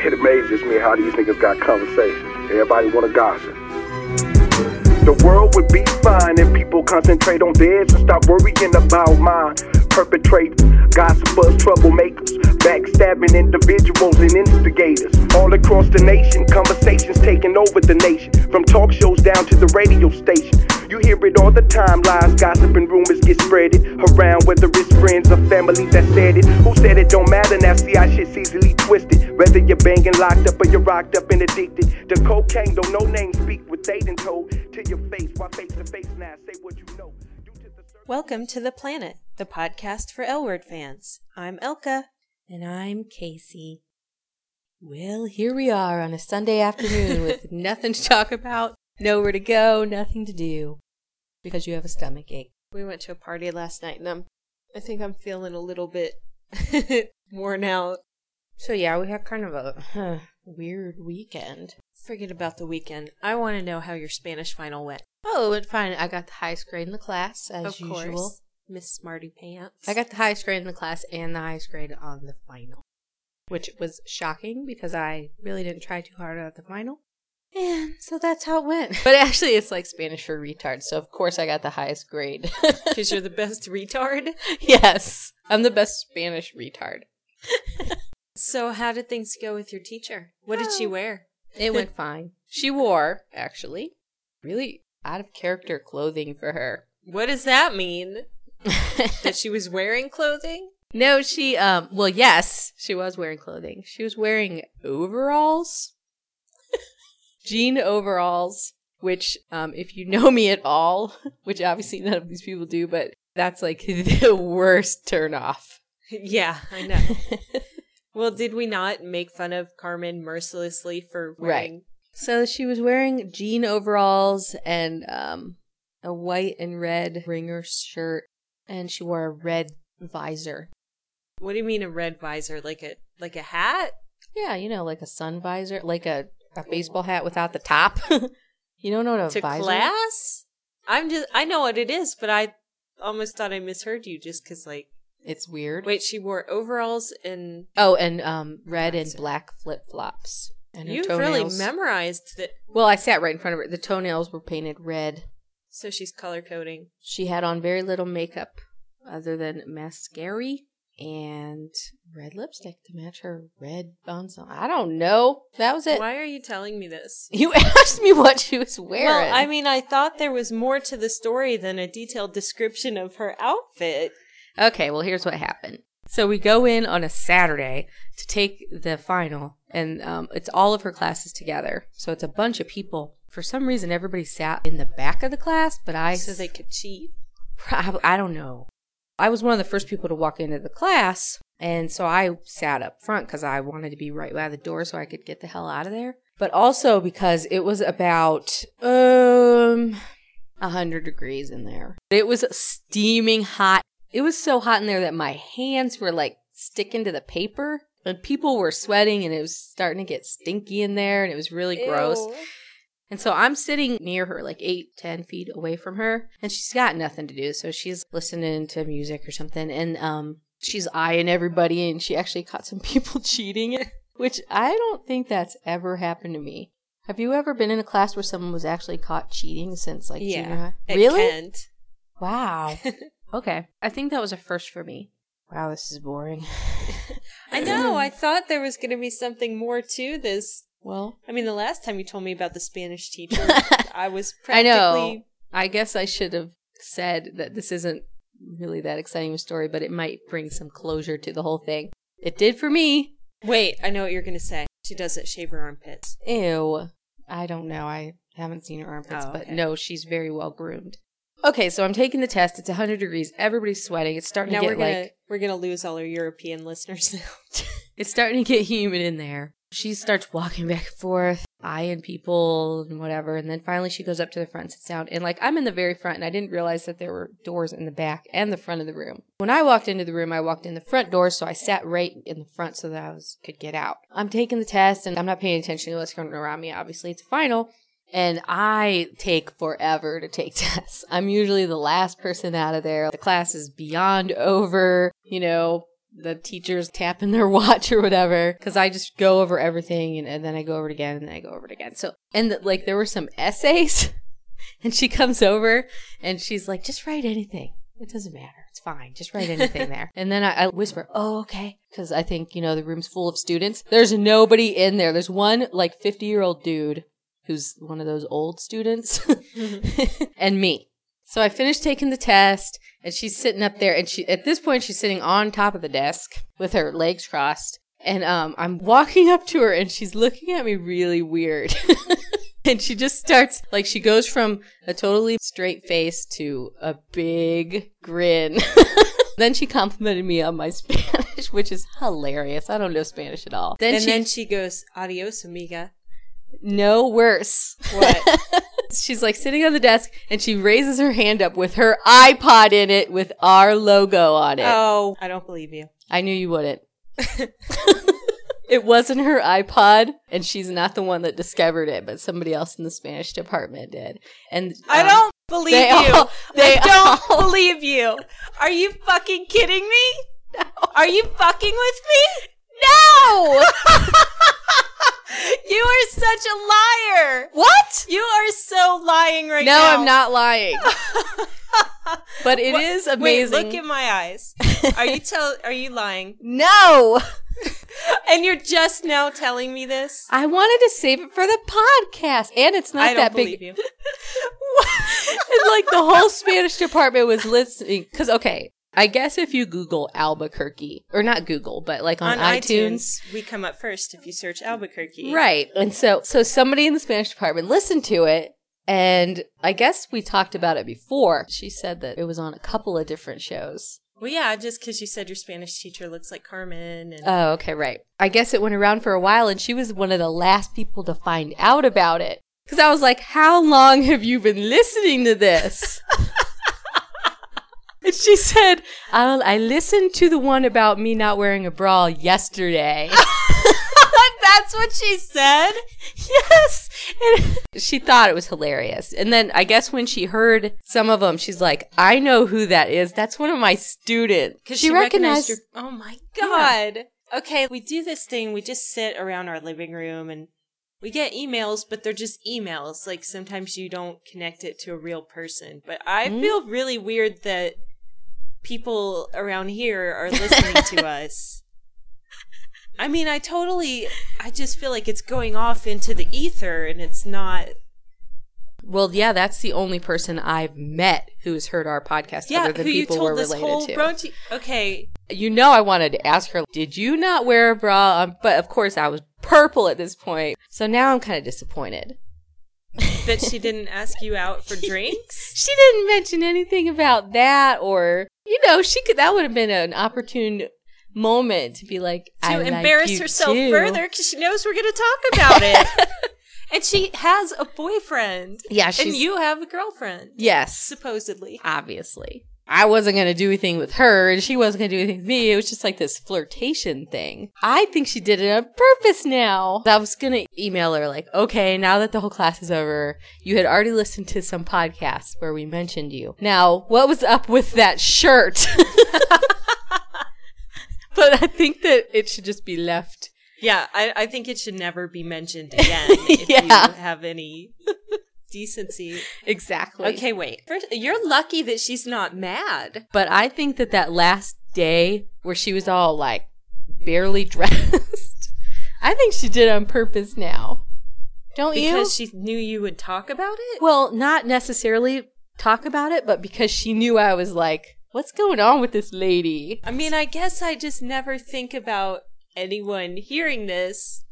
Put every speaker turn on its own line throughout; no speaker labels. It amazes me how these niggas got conversations. Everybody want to gossip. The world would be fine if people concentrate on theirs and stop worrying about mine. Perpetrators, gossipers, troublemakers, backstabbing individuals and instigators. All across the nation, conversations taking over the nation. From talk shows down to the radio station. You hear it all the time, lies, gossip, and rumors get spreaded around, whether it's friends or family that said it. Who said it don't matter now? See, I shit's easily twisted. Whether you're banging locked up or you're rocked up and addicted to cocaine, though no name speak what they done told to your face. Why face to face now? Say what you know. Due to the circum-
Welcome to The Planet, the podcast for L Word fans. I'm Elka.
And I'm Casey. Well, here we are on a Sunday afternoon with nothing to talk about, nowhere to go, nothing to do, because you have a stomach ache.
We went to a party last night and I'm, I think I'm feeling a little bit worn out.
So yeah, we had kind of a huh, weird weekend.
Forget about the weekend. I want to know how your Spanish final went.
Oh, it went fine. I got the highest grade in the class as
of
usual.
course, Miss Smarty Pants.
I got the highest grade in the class and the highest grade on the final, which was shocking because I really didn't try too hard at the final. And so that's how it went. But actually, it's like Spanish for retards. So, of course, I got the highest grade.
because you're the best retard.
yes, I'm the best Spanish retard.
So, how did things go with your teacher? What did she
Oh.
wear?
It went fine. She wore, actually, really out of character clothing for her.
What does that mean? that she was wearing clothing?
no, she, um, well, yes, she was wearing clothing. She was wearing overalls, jean overalls, which, um, if you know me at all, which obviously none of these people do, but that's like the worst turnoff.
yeah, I know. well, did we not make fun of Carmen mercilessly for wearing?
So she was wearing jean overalls and um, a white and red ringer shirt, and she wore a red visor.
What do you mean a red visor? Like a like a hat?
Yeah, you know, like a sun visor, like a, a baseball hat without the top. you don't know what a
to
visor?
class? I'm just I know what it is, but I almost thought I misheard you just because like
It's weird.
wait, she wore overalls and
Oh, and um, red and
Visor.
black flip flops. And her
you really
toenails-
memorized that.
Well, I sat right in front of her. The toenails were painted red.
So she's color coding.
She had on very little makeup other than mascara and red lipstick to match her red bonzo. I don't know. That was it.
Why are you telling me this?
You asked me what she was wearing.
Well, I mean, I thought there was more to the story than a detailed description of her outfit.
okay, well, here's what happened. So we go in on a Saturday to take the final, and um, it's all of her classes together. So it's a bunch of people. For some reason, everybody sat in the back of the class, but I
So they could cheat.
Prob- I don't know. I was one of the first people to walk into the class, and so I sat up front because I wanted to be right by the door so I could get the hell out of there. But also because it was about um a hundred degrees in there. It was steaming hot. It was so hot in there that my hands were like sticking to the paper, and people were sweating, and it was starting to get stinky in there, and it was really gross. And so I'm sitting near her, like eight, ten feet away from her, and she's got nothing to do. So she's listening to music or something, and um, she's eyeing everybody, and she actually caught some people cheating, which I don't think that's ever happened to me. Have you ever been in a class where someone was actually caught cheating since like junior
yeah.
high?
At
Really?
Kent.
Wow. okay. I think that was a first for me. Wow, this is boring.
I know. I thought there was going to be something more to this.
Well,
I mean, the last time you told me about the Spanish teacher, I was
I
practically.
know. I guess I should have said that this isn't really that exciting of a story, but it might bring some closure to the whole thing. It did for me.
Wait, I know what you're going to say. She doesn't shave her armpits.
Ew. I don't know. I haven't seen her armpits,
Oh,
but
okay.
no, she's very well groomed. Okay, so I'm taking the test. It's 100 degrees. Everybody's sweating. It's starting
Now
to
we're
get
gonna
like
we're gonna lose all our European listeners now.
It's starting to get humid in there. She starts walking back and forth, eyeing people and whatever. And then finally she goes up to the front and sits down. And like, I'm in the very front and I didn't realize that there were doors in the back and the front of the room. When I walked into the room, I walked in the front door. So I sat right in the front so that I was, could get out. I'm taking the test and I'm not paying attention to what's going on around me. Obviously it's a final. And I take forever to take tests. I'm usually the last person out of there. The class is beyond over. You know, the teachers tapping their watch or whatever because I just go over everything and, and then I go over it again and then I go over it again. So, and the, like there were some essays and she comes over and she's like, just write anything. It doesn't matter. It's fine. Just write anything there. And then I, I whisper, oh, okay. Because I think, you know, the room's full of students. There's nobody in there. There's one like 50 year old dude who's one of those old students
Mm-hmm.
and me. So I finished taking the test and she's sitting up there and she at this point she's sitting on top of the desk with her legs crossed and um I'm walking up to her and she's looking at me really weird. and she just starts like she goes from a totally straight face to a big grin. then she complimented me on my Spanish, which is hilarious. I don't know Spanish at all. Then
And,
she
then she goes, adios, amiga.
no worse.
What?
She's like sitting on the desk and she raises her hand up with her iPod in it with our logo on it.
oh, I don't believe you.
I knew you wouldn't. it wasn't her iPod, and she's not the one that discovered it, but somebody else in the Spanish department did. And
I
um,
don't believe
they
you.
all- they
I don't believe you. Are you fucking kidding me? Are you fucking with me?
No.
You are such a liar.
what?
You are so lying right
no,
now.
I'm not lying. but it
What-
is
Wait,
amazing.
look in my eyes. Are you tell? Are you lying?
no.
And you're just now telling me this?
I wanted to save it for the podcast, and it's not
I don't
that big.
believe you.
and like the whole Spanish department was listening. Because okay, I guess if you Google Albuquerque or not Google, but like on, iTunes,
we come up first if you search Albuquerque.
right? And so, so somebody in the Spanish department listened to it. And I guess we talked about it before. She said that it was on a couple of different shows.
Well, yeah, just because you said your Spanish teacher looks like Carmen, and
Oh, okay, right. I guess it went around for a while, and she was one of the last people to find out about it. Because I was like, How long have you been listening to this? and she said, I, I listened to the one about me not wearing a bra yesterday.
that's what she said.
yes. And she thought it was hilarious. And then I guess when she heard some of them, she's like, I know who that is. That's one of my students.
Because she, recognized, your. Oh my god! Okay, we do this thing. We just sit around our living room and we get emails, but they're just emails. Like sometimes you don't connect it to a real person. But I
Mm.
feel really weird that people around here are listening to us. I mean, I totally. I just feel like it's going off into the ether, and it's not.
Well, yeah, that's the only person I've met who's heard our podcast
Yeah,
other than
who you
people we're
told this
related
whole
to.
brunch? Okay,
you know, I wanted to ask her, did you not wear a bra? Um, but of course, I was purple at this point. So now I'm kind of disappointed.
that she didn't ask you out for drinks.
She didn't mention anything about that or, you know, she could, that would have been an opportune moment to be like,
to
I like
embarrass
you
herself
too.
further because she knows we're going to talk about it. and she has a boyfriend.
Yeah, she's,
and you have a girlfriend,
yes,
supposedly.
obviously. I wasn't going to do anything with her and she wasn't going to do anything with me. It was just like this flirtation thing. I think she did it on purpose now. I was going to email her like, okay, now that the whole class is over, you had already listened to some podcasts where we mentioned you. Now, what was up with that shirt? but I think that it should just be left.
Yeah, I, I think it should never be mentioned again if
Yeah.
you have any decency.
Exactly.
Okay, wait. First, you're lucky that she's not mad.
But I think that that last day where she was all like barely dressed, I think she did on purpose now. Don't
Because
you?
she knew you would talk about it?
well, not necessarily talk about it, but because she knew I was like, what's going on with this lady?
I mean, I guess I just never think about anyone hearing this.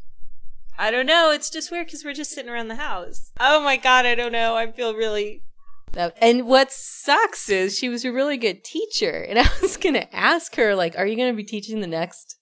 I don't know. It's just weird because we're just sitting around the house. Oh my God, I don't know. I feel really.
That- And what sucks is she was a really good teacher. And I was going to ask her, like, are you going to be teaching the next?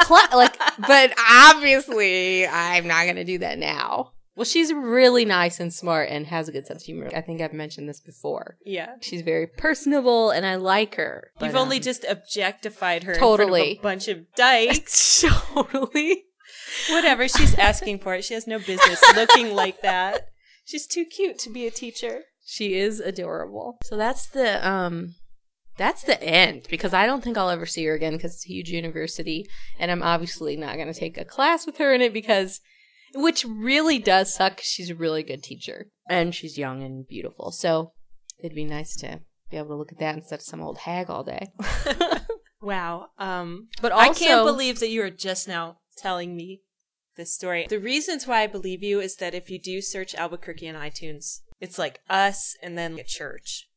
cla-" like, but obviously I'm not going to do that now. Well, she's really nice and smart and has a good sense of humor. I think I've mentioned this before.
Yeah.
She's very personable and I like her.
You've
But,
only
um,
just objectified her
totally.
in front of a bunch of dykes.
totally.
Whatever. She's asking for it. She has no business looking like that. She's too cute to be a teacher.
She is adorable. So that's the um that's the end because I don't think I'll ever see her again because it's a huge university and I'm obviously not going to take a class with her in it because which really does suck 'cause she's a really good teacher and she's young and beautiful. So it'd be nice to be able to look at that instead of some old hag all day.
Wow. Um,
But
I can't
also-
believe that you are just now telling me this story. The reasons why I believe you is that if you do search Albuquerque on iTunes, it's like us and then a church.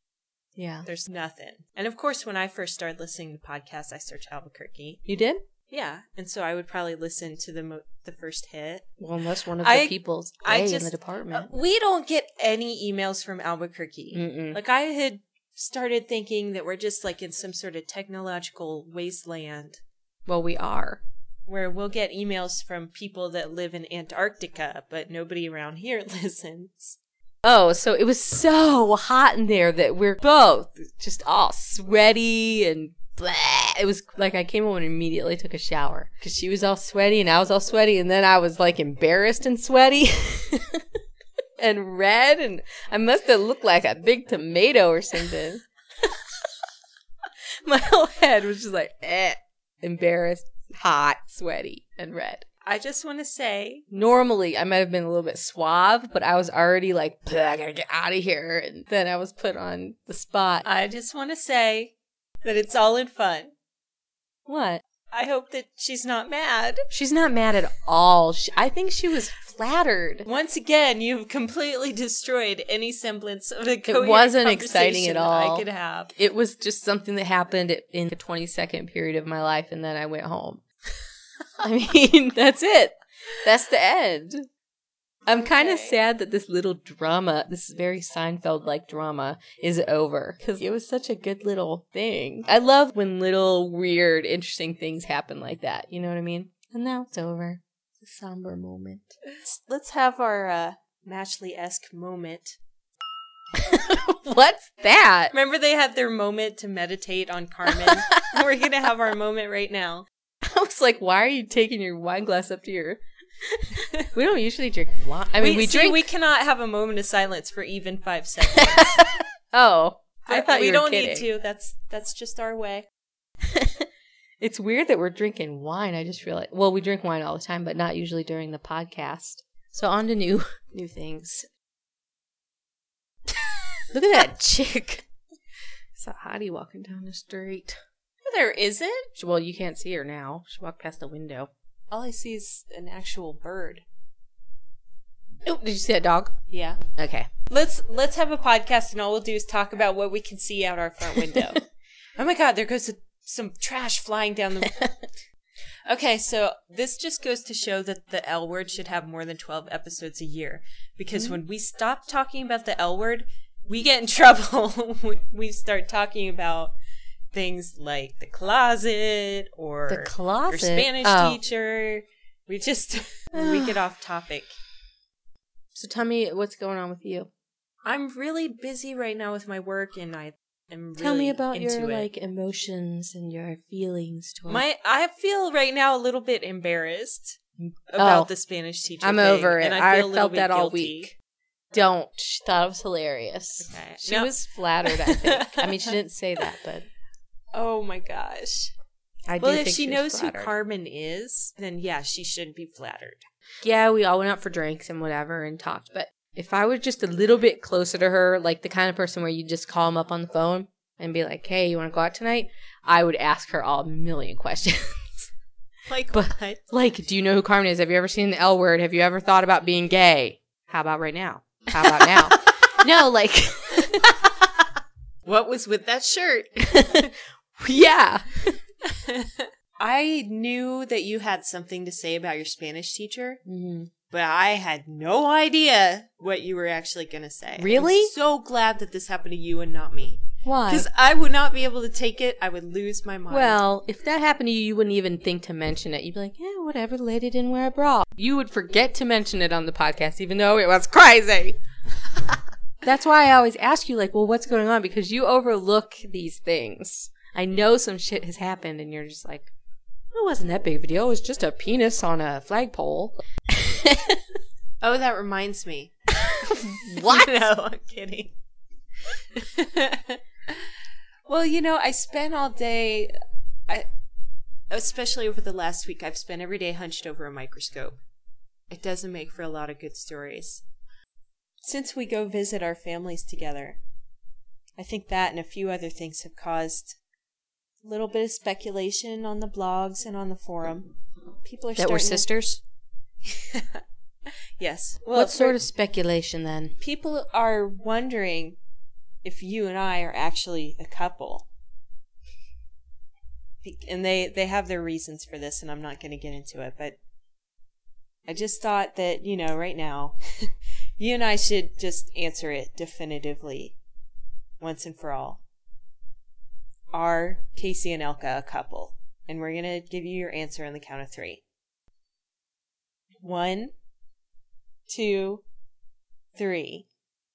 yeah.
There's nothing. And of course, when I first started listening to podcasts, I searched Albuquerque.
You did?
Yeah, and so I would probably listen to the mo- the first hit.
Well, unless one of
of
the
the I-
people's
I gay in
in
just-
the
the
department.
Uh, we don't get any emails from Albuquerque.
Mm-mm.
Like I had started thinking that we're just like in some sort of technological wasteland
Well, we are.
where we'll get emails from people that live in Antarctica, but nobody around here listens.
Oh, so it was so hot in there that we're both just all sweaty and bleh. It was like I came home and immediately took a shower because she was all sweaty and I was all sweaty, and then I was like embarrassed and sweaty and red, and I must have looked like a big tomato or something. My whole head was just like eh, embarrassed, hot, sweaty, and red
I just want to say,
normally I might have been a little bit suave, but I was already like, "Bleh, I gotta get out of here. And then I was put on the spot.
I just want to say that it's all in fun.
What?
I hope that she's not mad.
She's not mad at all. She, I think she was flattered.
Once again, you've completely destroyed any semblance of a
It
coherent
wasn't exciting
conversation that
at all.
I could have.
It was just something that happened in a 20 second period of my life, and then I went home. I mean, that's it. That's the end. I'm kind of
Okay.
sad that this little drama, this very Seinfeld like drama, is over because it was such a good little thing. I love when little weird, interesting things happen like that. You know what I mean? And now it's over. It's a somber moment.
Let's, let's have our uh, Matchley esque moment.
What's that?
Remember, they had their moment to meditate on Carmen. We're going to have our moment right now.
I was like, why are you taking your wine glass up to your. we don't usually drink wine. I mean, we,
see,
drink.
We cannot have a moment of silence for even five seconds.
oh. I thought
we
you were
don't
kidding.
need to. That's that's just our way.
It's weird that we're drinking wine. I just realized. Well, we drink wine all the time, but not usually during the podcast. So on to new new things. Look at that chick. It's a hottie walking down the street.
There isn't.
Well, you can't see her now. She walked past the window.
All I see is an actual bird.
Oh, did you see that dog?
Yeah.
Okay.
Let's let's have a podcast and all we'll do is talk about what we can see out our front window. oh my god, there goes a, some trash flying down the Okay, so this just goes to show that the L word should have more than 12 episodes a year because
Mm-hmm.
when we stop talking about the L word, we get in trouble. when we start talking about things like the closet or
The closet.
your Spanish
Oh.
teacher. We just we get off topic.
So tell me what's going on with you.
I'm really busy right now with my work, and I am.
tell me
really
about
into
your
it.
like emotions and your feelings towards.
my. I feel right now a little bit embarrassed about
Oh.
the Spanish teacher.
I'm
thing,
over it.
and
I,
I, feel a little
felt
bit
that all
guilty.
week. Don't. She thought it was hilarious.
Okay.
She
No.
was flattered, I think. I mean, she didn't say that, but
Oh my gosh!
I do
well, if
think
she
was
knows who
flattered.
Carmen is, then yeah, she should be flattered.
Yeah, we all went out for drinks and whatever and talked. But if I were just a little bit closer to her, like the kind of person where you just call them up on the phone and be like, hey, you want to go out tonight? I would ask her all a million questions.
Like
But-
what?
like, do you know who Carmen is? Have you ever seen the L word? Have you ever thought about being gay? How about right now? How about now? no, like.
What was with that shirt?
yeah.
I knew that you had something to say about your Spanish teacher. but I had no idea what you were actually going to say.
Really?
I'm so glad that this happened to you and not me.
Why?
Because I would not be able to take it. I would lose my mind.
Well, if that happened to you, you wouldn't even think to mention it. You'd be like, yeah, whatever, the lady didn't wear a bra. You would forget to mention it on the podcast, even though it was crazy. That's why I always ask you, like, well, what's going on? Because you overlook these things. I know some shit has happened, and you're just like, it wasn't that big of a deal. It was just a penis on a flagpole.
oh, that reminds me.
What?
no, I'm kidding. Well, you know, I spent all day, I, especially over the last week, I've spent every day hunched over a microscope. It doesn't make for a lot of good stories. Since we go visit our families together, I think that and a few other things have caused a little bit of speculation on the blogs and on the forum. People are
That we're
starting to-
sisters?
yes.
what
for-
sort of speculation then?
people are wondering if you and I are actually a couple. Be- And they they have their reasons for this and I'm not going to get into it, but I just thought that, you know, right now you and I should just answer it definitively once and for all. Are Casey and Elka a couple? And we're going to give you your answer on the count of 3. 1 2 3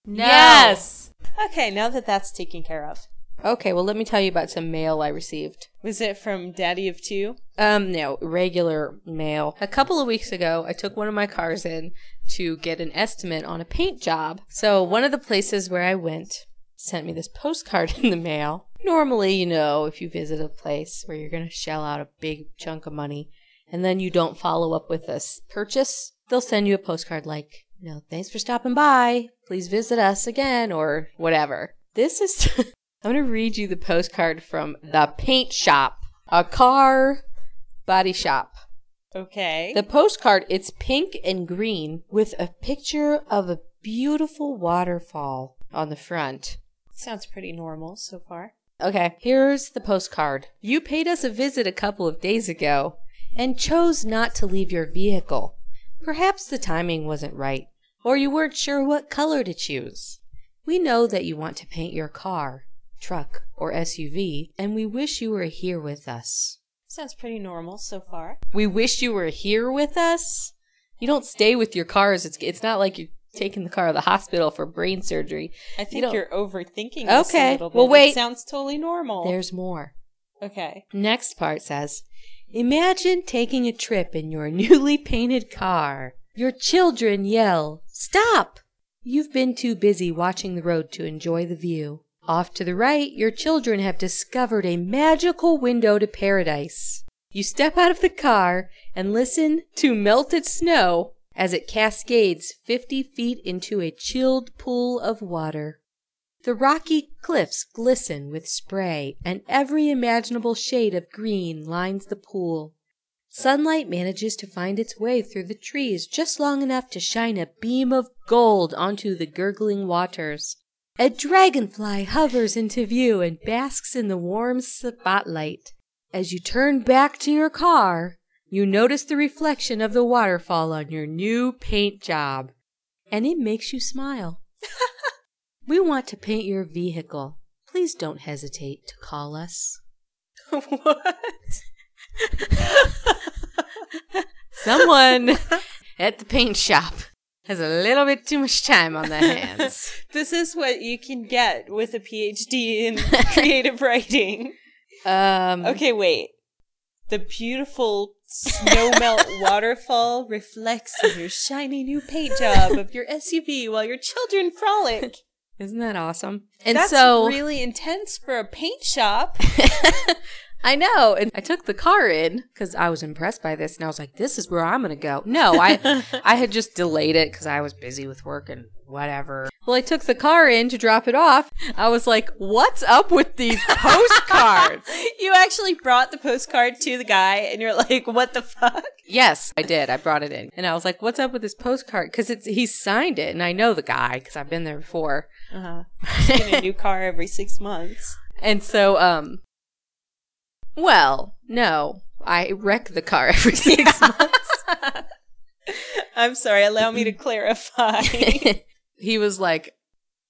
Yes.
Okay, now that that's taken care of.
Okay, well, let me tell you about some mail I received.
Was it from Daddy of Two?
Um, no, regular mail. A couple of weeks ago, I took one of my cars in to get an estimate on a paint job. So, one of the places where I went sent me this postcard in the mail. Normally, you know, if you visit a place where you're going to shell out a big chunk of money and then you don't follow up with a s- purchase, they'll send you a postcard like, you know, thanks for stopping by. Please visit us again or whatever. This is, I'm going to read you the postcard from the paint shop, a car body shop.
Okay.
The postcard, it's pink and green with a picture of a beautiful waterfall on the front.
Sounds pretty normal so far.
Okay, here's the postcard. You paid us a visit a couple of days ago and chose not to leave your vehicle. Perhaps the timing wasn't right, or you weren't sure what color to choose. We know that you want to paint your car, truck, or SUV, and we wish you were here with us.
Sounds pretty normal so far.
We wish you were here with us. You don't stay with your cars. It's it's not like you're taking the car to the hospital for brain surgery.
I think
don't-
you are overthinking this
Okay,
a little bit.
well, wait.
It sounds totally normal.
There's more.
Okay.
Next part says, Imagine taking a trip in your newly painted car. Your children yell, Stop! You've been too busy watching the road to enjoy the view. Off to the right, your children have discovered a magical window to paradise. You step out of the car and listen to melted snow as it cascades 50 feet into a chilled pool of water. The rocky cliffs glisten with spray, and every imaginable shade of green lines the pool. Sunlight manages to find its way through the trees just long enough to shine a beam of gold onto the gurgling waters. A dragonfly hovers into view and basks in the warm spotlight. As you turn back to your car, you notice the reflection of the waterfall on your new paint job, and it makes you smile. We want to paint your vehicle. Please don't hesitate to call us.
what?
Someone at the paint shop has a little bit too much time on their hands.
This is what you can get with a PhD in creative writing.
um,
Okay, wait. The beautiful snow melt waterfall reflects in your shiny new paint job of your SUV while your children frolic.
Isn't that awesome? And
That's
so
really intense for a paint shop.
I know. And I took the car in because I was impressed by this, and I was like, "This is where I'm going to go." No, I I had just delayed it because I was busy with work and whatever. Well, I took the car in to drop it off. I was like, "What's up with these postcards?"
you actually brought the postcard to the guy and you're like, what the fuck?
Yes, I did. I brought it in, and I was like, "What's up with this postcard?" Because it's he signed it, and I know the guy because I've been there before.
Uh-huh. Get a new car every six months.
and so, um, well, no, I wreck the car every six months.
I'm sorry, allow me to clarify.
he was like,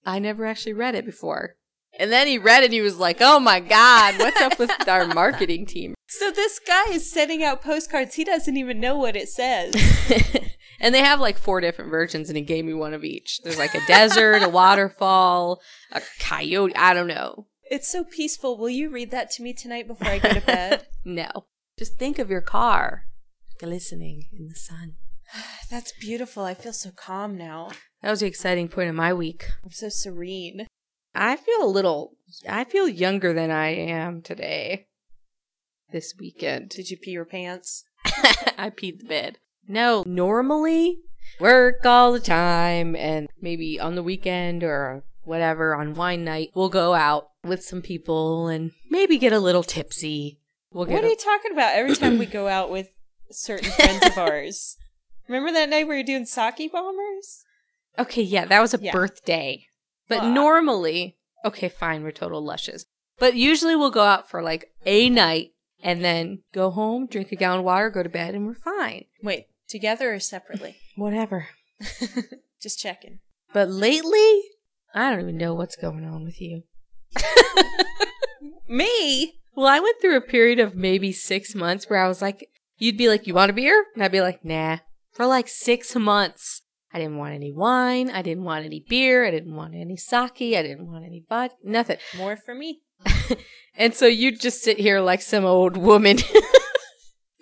"I never actually read it before," and then he read it. and He was like, "Oh my god, what's up with our marketing team?"
so this guy is sending out postcards. He doesn't even know what it says.
and they have like four different versions, and he gave me one of each. There's like a desert, a waterfall, a coyote. I don't know.
It's so peaceful. Will you read that to me tonight before I go to bed?
No. Just think of your car glistening in the sun.
That's beautiful. I feel so calm now.
That was the exciting point of my week.
I'm so serene.
I feel a little, I feel younger than I am today. This weekend.
Did you pee your pants?
I peed the bed. No, normally work all the time and maybe on the weekend or whatever on wine night, we'll go out with some people and maybe get a little tipsy. We'll get
what are you talking about? Every time we go out with certain friends of ours. Remember that night we were doing sake bombers?
a- okay, yeah, that was a
Yeah.
birthday. But
Well, I-
normally, okay, fine, we're total lushes. But usually we'll go out for like a night and then go home, drink a gallon of water, go to bed, and we're fine.
Wait, together or separately?
Whatever.
Just checking.
But lately, I don't even know what's going on with you.
Me?
Well, I went through a period of maybe six months where I was like, you'd be like, you want a beer? And I'd be like, nah. For like six months, I didn't want any wine. I didn't want any beer. I didn't want any sake. I didn't want any vodka, nothing.
More for me.
And so you'd just sit here like some old woman.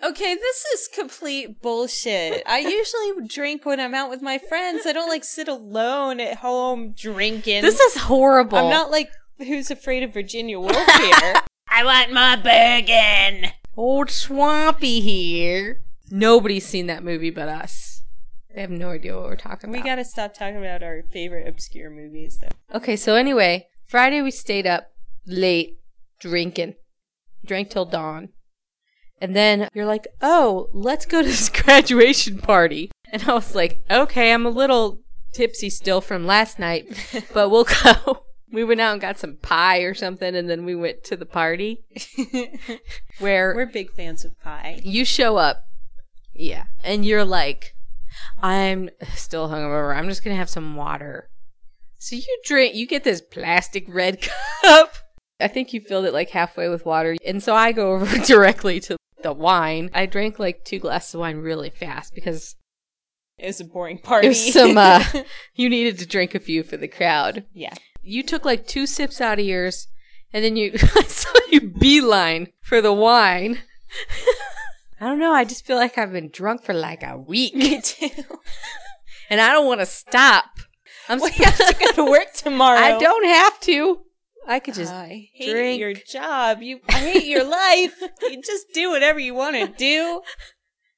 Okay, this is complete bullshit. I usually drink when I'm out with my friends. I don't like sit alone at home drinking.
this is horrible.
I'm not like who's afraid of Virginia Woolf here. I want my Bergen.
old swampy here. Nobody's seen that movie but us. They have no idea what we're talking
We
about.
gotta stop talking about our favorite obscure movies, though.
Okay, so anyway, Friday we stayed up late drinking, drank till dawn. And then you're like, oh, let's go to this graduation party. And I was like, okay, I'm a little tipsy still from last night, but we'll go. We went out and got some pie or something, and then we went to the party where
We're big fans of pie.
you show up, yeah, and you're like, I'm still hungover. I'm just gonna have some water. So you drink, you get this plastic red cup. I think you filled it like halfway with water, and so I go over directly to the wine. I drank like two glasses of wine really fast because
It was a boring party.
there's some. Uh, you needed to drink a few for the crowd.
yeah.
You took like two sips out of yours, and then you I saw you beeline for the wine. I don't know. I just feel like I've been drunk for like a week,
Me too.
and I don't want to stop. I'm
We have to go to work tomorrow.
I don't have to. I could just.
I hate
drink.
your job. You, I hate your life. You just do whatever you want to do.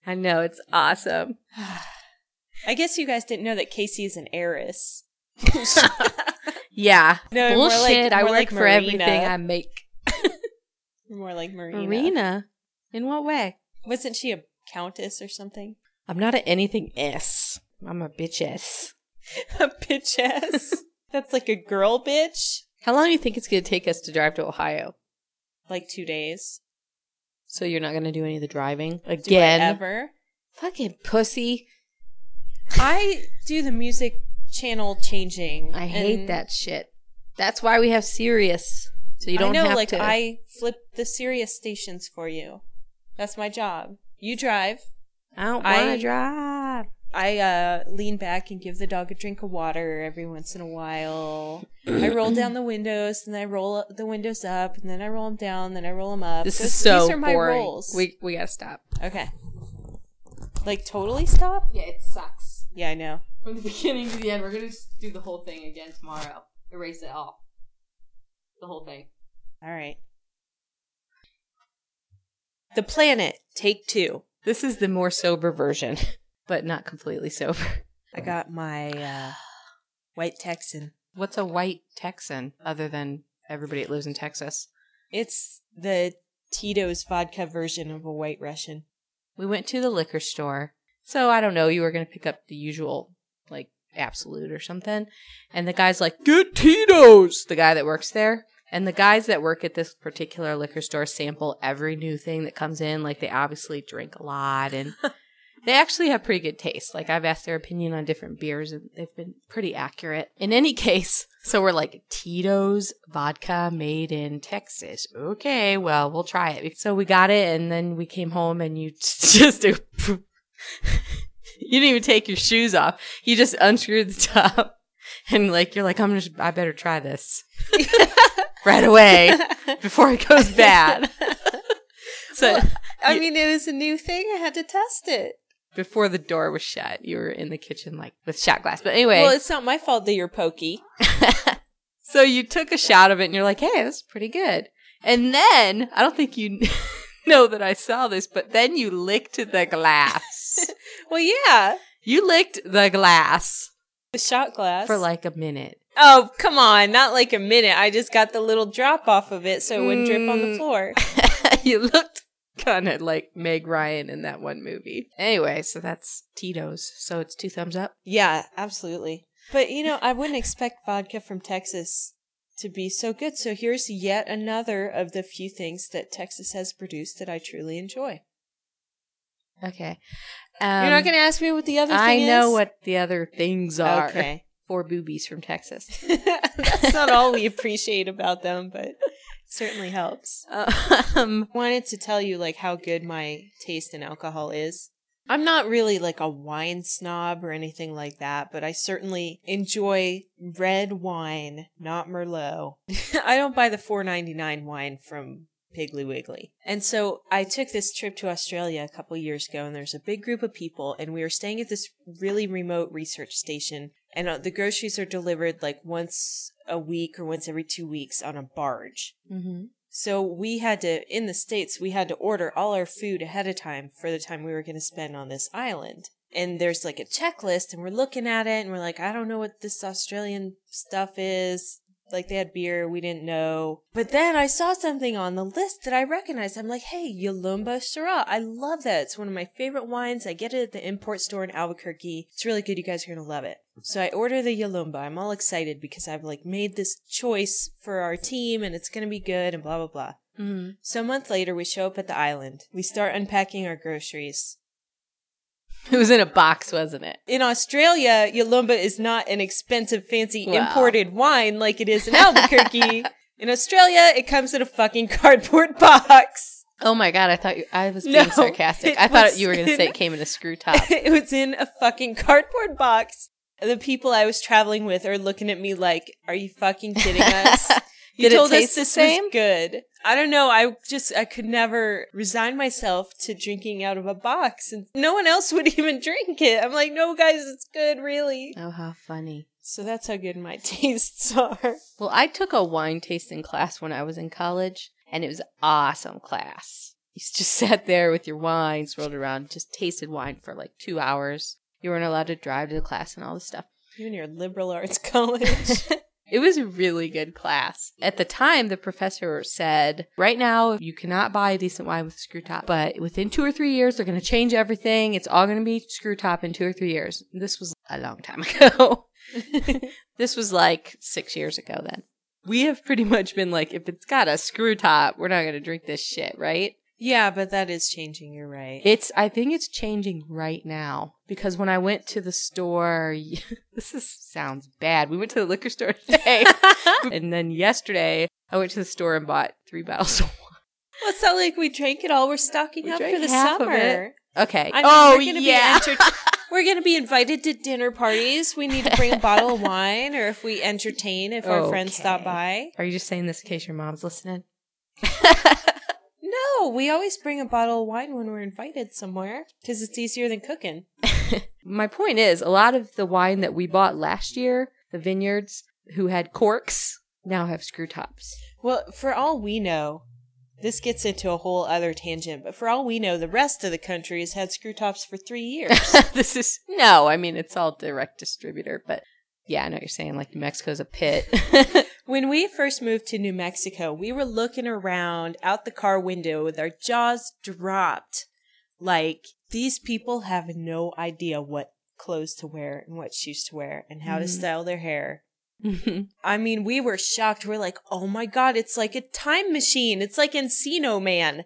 I know it's awesome.
I guess you guys didn't know that Casey is an heiress.
Yeah,
No, more like-
bullshit. I
more
work
like
for
Marina.
everything I make.
More like Marina.
Marina, in what way?
Wasn't she a countess or something?
I'm not an anything s. I'm a bitch s.
A bitch ass. That's like a girl bitch.
How long do you think it's going to take us to drive to Ohio?
Like two days.
So you're not going to do any of the driving
Do I
again?
ever.
Fucking pussy.
I do the music channel changing.
I hate
and
that shit. That's why we have Sirius. So you
I
don't
know,
have
like,
to.
I flip the serious stations for you. That's my job. You drive.
I don't
I-
want to drive.
I uh, lean back and give the dog a drink of water every once in a while. I roll down the windows, and I roll the windows up, and then I roll them down, then I roll them up.
This
Those-
is so
these are my
boring.
Roles.
We we gotta stop.
okay. Like totally stop?
Yeah, it sucks.
Yeah, I know.
From the beginning to the end, we're gonna just do the whole thing again tomorrow. Erase it all. The whole thing.
All right. The planet, take two.
This is the more sober version, but not completely sober.
I got my uh, white Texan.
What's a white Texan other than everybody that lives in Texas?
It's the Tito's vodka version of a white Russian.
We went to the liquor store. So I don't know, you were going to pick up the usual, like Absolute or something. And the guy's like, get Tito's, the guy that works there. And the guys that work at this particular liquor store sample every new thing that comes in. Like they obviously drink a lot and they actually have pretty good taste. Like I've asked their opinion on different beers and they've been pretty accurate. In any case, so we're like Tito's vodka made in Texas. Okay, well, we'll try it. So we got it and then we came home and you just do You didn't even take your shoes off. You just unscrewed the top and like you're like I'm just I better try this. right away before it goes bad. so
I mean, it was a new thing. I had to test it.
before the door was shut, you were in the kitchen like with shot glass. But anyway,
Well, it's not my fault that you're pokey.
So you took a shot of it and you're like, hey, that's pretty good. And then, I don't think you know that I saw this, but then you licked the glass.
Well, yeah.
you licked the glass
The shot glass.
for like a minute.
oh, come on. Not like a minute. I just got the little drop off of it so it wouldn't drip on
Mm.
the floor.
you looked kind of like Meg Ryan in that one movie. Anyway, so that's Tito's. So it's two thumbs up.
Yeah, absolutely. But, you know, I wouldn't expect vodka from Texas to be so good. So here's yet another of the few things that Texas has produced that I truly enjoy.
Okay. Um,
You're not going to ask me what the other thing
I know
is?
what the other things are.
Okay.
Four boobies from Texas.
That's not all we appreciate about them, but it certainly helps.
Um,
wanted to tell you like how good my taste in alcohol is. I'm not really like a wine snob or anything like that, but I certainly enjoy red wine, not merlot. I don't buy the 4.99 wine from Piggly Wiggly. And so I took this trip to Australia a couple years ago and there's a big group of people and we were staying at this really remote research station and uh, the groceries are delivered like once a week or once every 2 weeks on a barge. Mm-hmm. So we had to, in the States, we had to order all our food ahead of time for the time we were going to spend on this island. And there's like a checklist, and we're looking at it, and we're like, I don't know what this Australian stuff is. Like they had beer, we didn't know. But then I saw something on the list that I recognized. I'm like, hey, Yolumba Syrah. I love that. It's one of my favorite wines. I get it at the import store in Albuquerque. It's really good. You guys are going to love it. So I order the Yolumba. I'm all excited because I've like made this choice for our team and it's going to be good and blah, blah, blah.
Mm.
So a month later, we show up at the island. We start unpacking our groceries.
It was in a box, wasn't it?
In Australia, Yolumba is not an expensive, fancy
Wow.
imported wine like it is in Albuquerque. in Australia, it comes in a fucking cardboard box.
Oh my god! I thought you, I was being
No,
sarcastic.
it
I thought
was
you were going to say
in-
it came in a screw top.
it was in a fucking cardboard box. The people I was traveling with are looking at me like, "Are you fucking kidding us?" You
Did it
told us
taste the
this
same?
was good. I don't know. I just I could never resign myself to drinking out of a box, and no one else would even drink it. I'm like, no, guys, it's good, really.
oh, how funny!
So that's how good my tastes are.
Well, I took a wine tasting class when I was in college, and it was awesome class. You just sat there with your wine swirled around, just tasted wine for like two hours. You weren't allowed to drive to the class and all this stuff.
You and your liberal arts college.
It was a really good class. At the time, the professor said, right now, you cannot buy a decent wine with a screw top, but within two or three years, they're going to change everything. It's all going to be screw top in two or three years. This was a long time ago. this was like six years ago then. We have pretty much been like, if it's got a screw top, we're not going to drink this shit, right?
yeah, but that is changing. You're right.
It's I think it's changing right now because when I went to the store, this is sounds bad. We went to the liquor store today, and then yesterday I went to the store and bought three bottles. of wine.
well, it's not like we drank it all. We're stocking
We
up for
drank
the
half of
summer.
it. Okay.
I mean,
oh
we're gonna
yeah.
Be enter- we're going to be invited to dinner parties. We need to bring a bottle of wine, or if we entertain, if our friends stop
Okay.
by.
Are you just saying this in case your mom's listening?
No, we always bring a bottle of wine when we're invited somewhere because it's easier than cooking.
My point is, a lot of the wine that we bought last year, the vineyards who had corks now have screw tops.
Well, for all we know, this gets into a whole other tangent, but for all we know, the rest of the country has had screw tops for three years.
this is no, I mean it's all direct distributor, but yeah, I know what you're saying like New Mexico's a pit.
When we first moved to New Mexico, we were looking around out the car window with our jaws dropped. Like, these people have no idea what clothes to wear and what shoes to wear and how to
Mhm.
style their hair. I mean, we were shocked. We're like, oh my God, it's like a time machine. It's like Encino Man.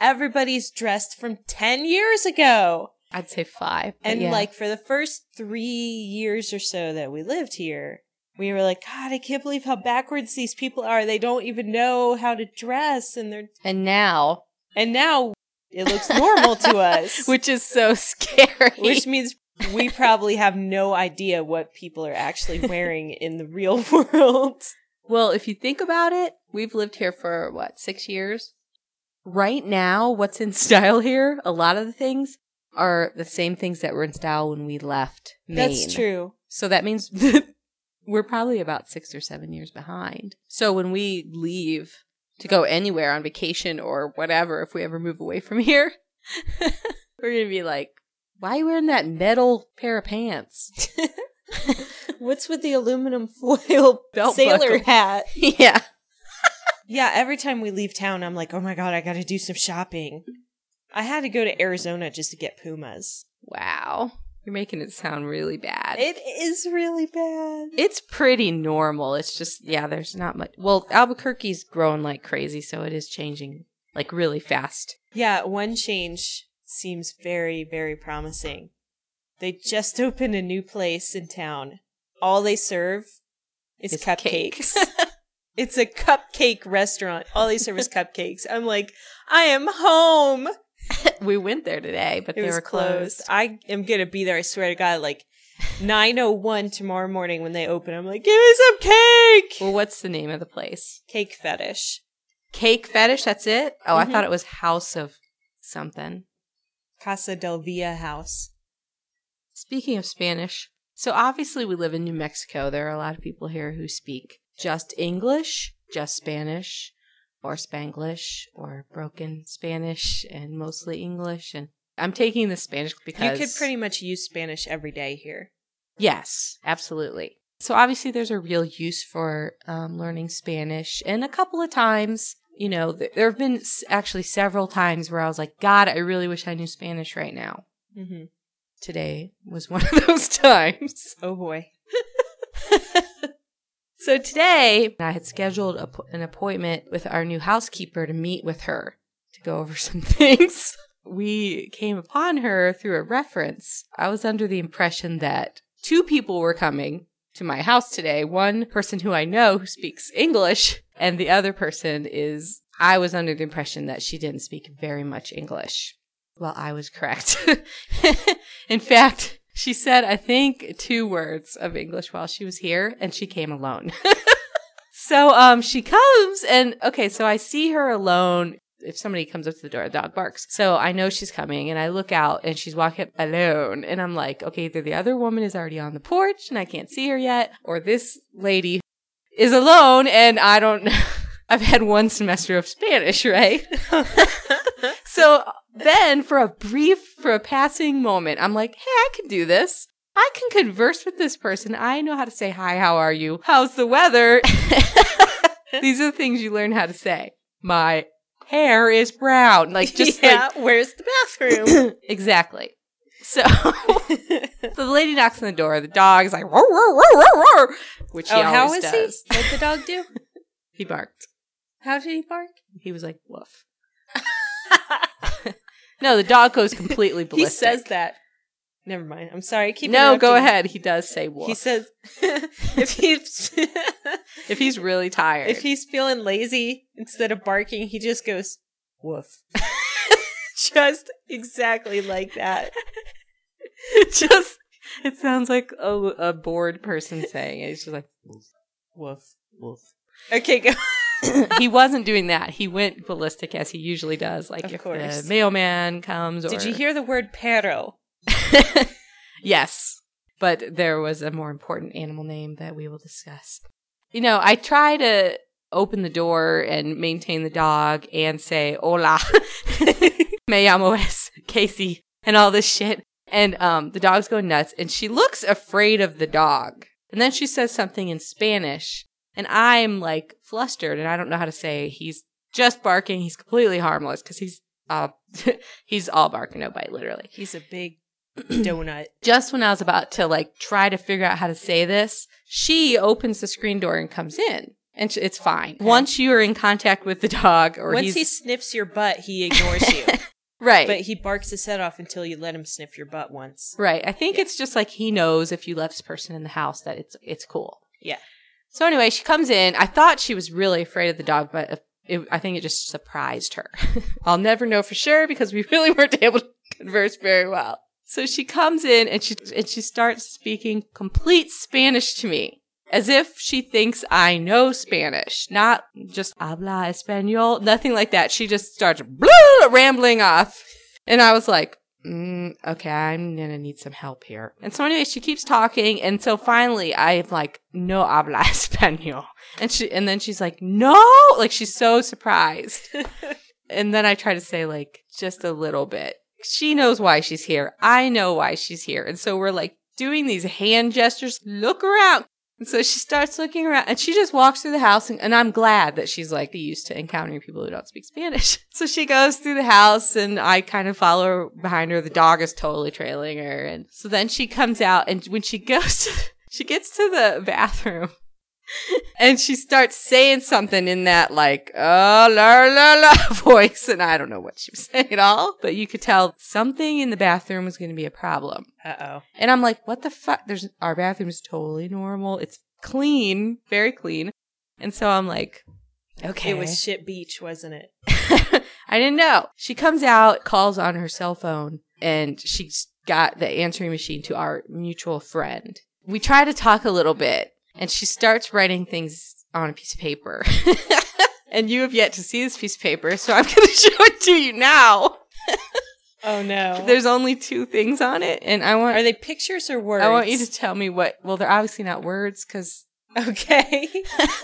Everybody's dressed from 10 years ago.
I'd say five. but
And
yeah.
like for the first three years or so that we lived here, we were like, God, I can't believe how backwards these people are. They don't even know how to dress, and they're
and now,
and now it looks normal to us, which
which is so scary.
which means we probably have no idea what people are actually wearing in the real world.
well, if you think about it, we've lived here for what six years. Right now, what's in style here? A lot of the things are the same things that were in style when we left Maine.
That's true.
So that means we're probably about six or seven years behind. So when we leave to go anywhere on vacation or whatever, if we ever move away from here, we're going to be like, why are you wearing that metal pair of pants?
What's with the aluminum foil
Belt
sailor
buckle.
hat?
yeah.
Yeah, every time we leave town, I'm like, oh my god, I got to do some shopping. I had to go to Arizona just to get Pumas.
Wow. You're making it sound really bad.
It is really bad.
it's pretty normal. It's just, yeah, there's not much. Well, Albuquerque's growing like crazy, so it is changing like really fast.
Yeah, one change seems very, very promising. They just opened a new place in town. All they serve is
It's
cupcakes. it's a cupcake restaurant. All they serve is cupcakes. I'm like, I am home.
we went there today, but
It
they
was
were closed.
closed. I am gonna be there. I swear to God, like 9:01 tomorrow morning when they open. I'm like, give me some cake.
Well, what's the name of the place?
Cake fetish.
Cake Fetish, that's it? Oh,
Mhm.
I thought it was House of something.
Casa del Villa House.
Speaking of Spanish, so obviously we live in New Mexico. There are a lot of people here who speak just English, just Spanish, or Spanglish, or broken Spanish, and mostly English. And I'm taking the Spanish because
You could pretty much use Spanish every day here.
Yes, absolutely. So obviously, there's a real use for um, learning Spanish. And a couple of times, you know, th- there have been s- actually several times where I was like, God, I really wish I knew Spanish right now.
Mm-hmm.
Today was one of those times.
Oh boy.
So today, I had scheduled a, an appointment with our new housekeeper to meet with her to go over some things. We came upon her through a reference. I was under the impression that two people were coming to my house today one person who I know who speaks English, and the other person is, I was under the impression that she didn't speak very much English. Well, I was correct. In fact, she said, I think, two words of English while she was here, and she came alone. so um, she comes, and okay, so I see her alone. If somebody comes up to the door, the dog barks. So I know she's coming, and I look out, and she's walking alone. And I'm like, okay, either the other woman is already on the porch, and I can't see her yet, or this lady is alone, and I don't. I've had one semester of Spanish, right? so then for a brief for a passing moment i'm like hey i can do this i can converse with this person i know how to say hi how are you how's the weather these are the things you learn how to say my hair is brown like just
yeah, where's the bathroom?
like exactly so so the lady knocks on the door the dog is like roar, roar, roar, roar, roar, which he
Oh,
always
how is he?
does
What'd the dog do?
he barked
How did he bark?
he was like woof no the dog goes completely
he
ballistic
says that. Never mind. I'm sorry. I keep
no go
interrupting.
ahead he does say woof
He says if he's
if he's really tired.
if he's feeling lazy instead of barking, he just goes woof. just exactly like that.
it just it sounds like a, a bored person saying it. He's just like
Woof. Woof. Okay, go.
he wasn't doing that. He went ballistic as he usually does. Like
Of
if
course.
the mailman comes. Or,
Did you hear the word perro?
yes, but there was a more important animal name that we will discuss. You know, I try to open the door and maintain the dog and say hola, me llamo es Casey, and all this shit. And um, the dog's going nuts, and she looks afraid of the dog. And then she says something in Spanish, and I'm like flustered, and I don't know how to say he's just barking. He's completely harmless because he's uh, he's all bark and no bite, literally
He's a big donut.
just when I was about to like try to figure out how to say this, she opens the screen door and comes in. And sh- it's fine. Once you are in contact with the dog or
Once
he's,
he sniffs your butt, he ignores you.
right.
but he barks his head off until you let him sniff your butt once.
right. I think it's just like he knows if you left this person in the house that it's it's cool.
Yeah.
So anyway, she comes in. I thought she was really afraid of the dog, but it, I think it just surprised her. I'll never know for sure because we really weren't able to converse very well. So she comes in and she and she starts speaking complete Spanish to me, as if she thinks I know Spanish, not just habla español, nothing like that. She just starts blah, rambling off, and I was like, mm, okay, I'm gonna need some help here. And so anyway, she keeps talking, and so finally, I'm like, no habla español, and she, and then she's like, no, like she's so surprised, and then I try to say like just a little bit. She knows why she's here. I know why she's here, and so we're like doing these hand gestures. Look around. And so she starts looking around and she just walks through the house. And, and I'm glad that she's like used to encountering people who don't speak Spanish. So she goes through the house and I kind of follow her behind her. The dog is totally trailing her. And so then she comes out and when she goes, to, she gets to the bathroom and she starts saying something in that like oh la la la voice and i don't know what she was saying at all but you could tell something in the bathroom was going to be a problem
Uh oh.
and i'm like what the fuck there's our bathroom is totally normal it's clean very clean and so i'm like okay
It was shit beach, wasn't it?
I didn't know. She comes out, calls on her cell phone, and she's got the answering machine to our mutual friend. We try to talk a little bit, and she starts writing things on a piece of paper. and you have yet to see this piece of paper, so I'm going to show it to you now.
Oh no.
There's only two things on it, and I want
Are they pictures or words?
I want you to tell me what. Well, they're obviously not words because
Okay.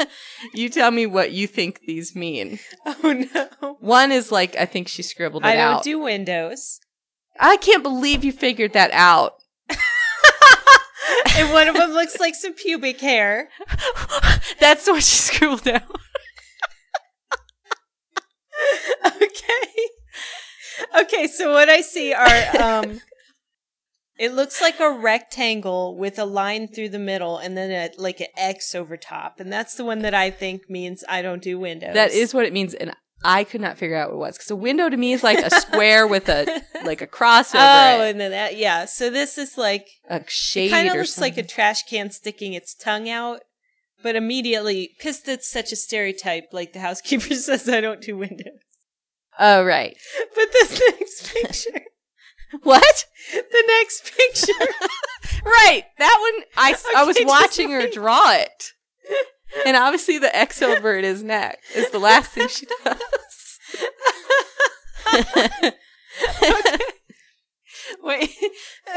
you tell me what you think these mean.
oh no.
One is like I think she scribbled it
I don't
out.
do windows.
I can't believe you figured that out.
And one of them looks like some pubic hair.
That's what she scribbled down.
Okay. Okay, so what I see are um it looks like a rectangle with a line through the middle and then a, like an X over top. And that's the one that I think means I don't do windows.
That is what it means, and I could not figure out what it was because a window to me is like a square with a like a cross over
Oh,
it,
and then that yeah. So this is like
a shade.
kind of
or
looks like a
something.
trash can sticking its tongue out but immediately because it's such a stereotype like the housekeeper says i don't do windows
Oh right,
but the next picture
what?
the next picture
Right, that one. I s- I was
Okay, just
watching her
wait.
draw it, and obviously the X over it is neck is the last thing she does.
wait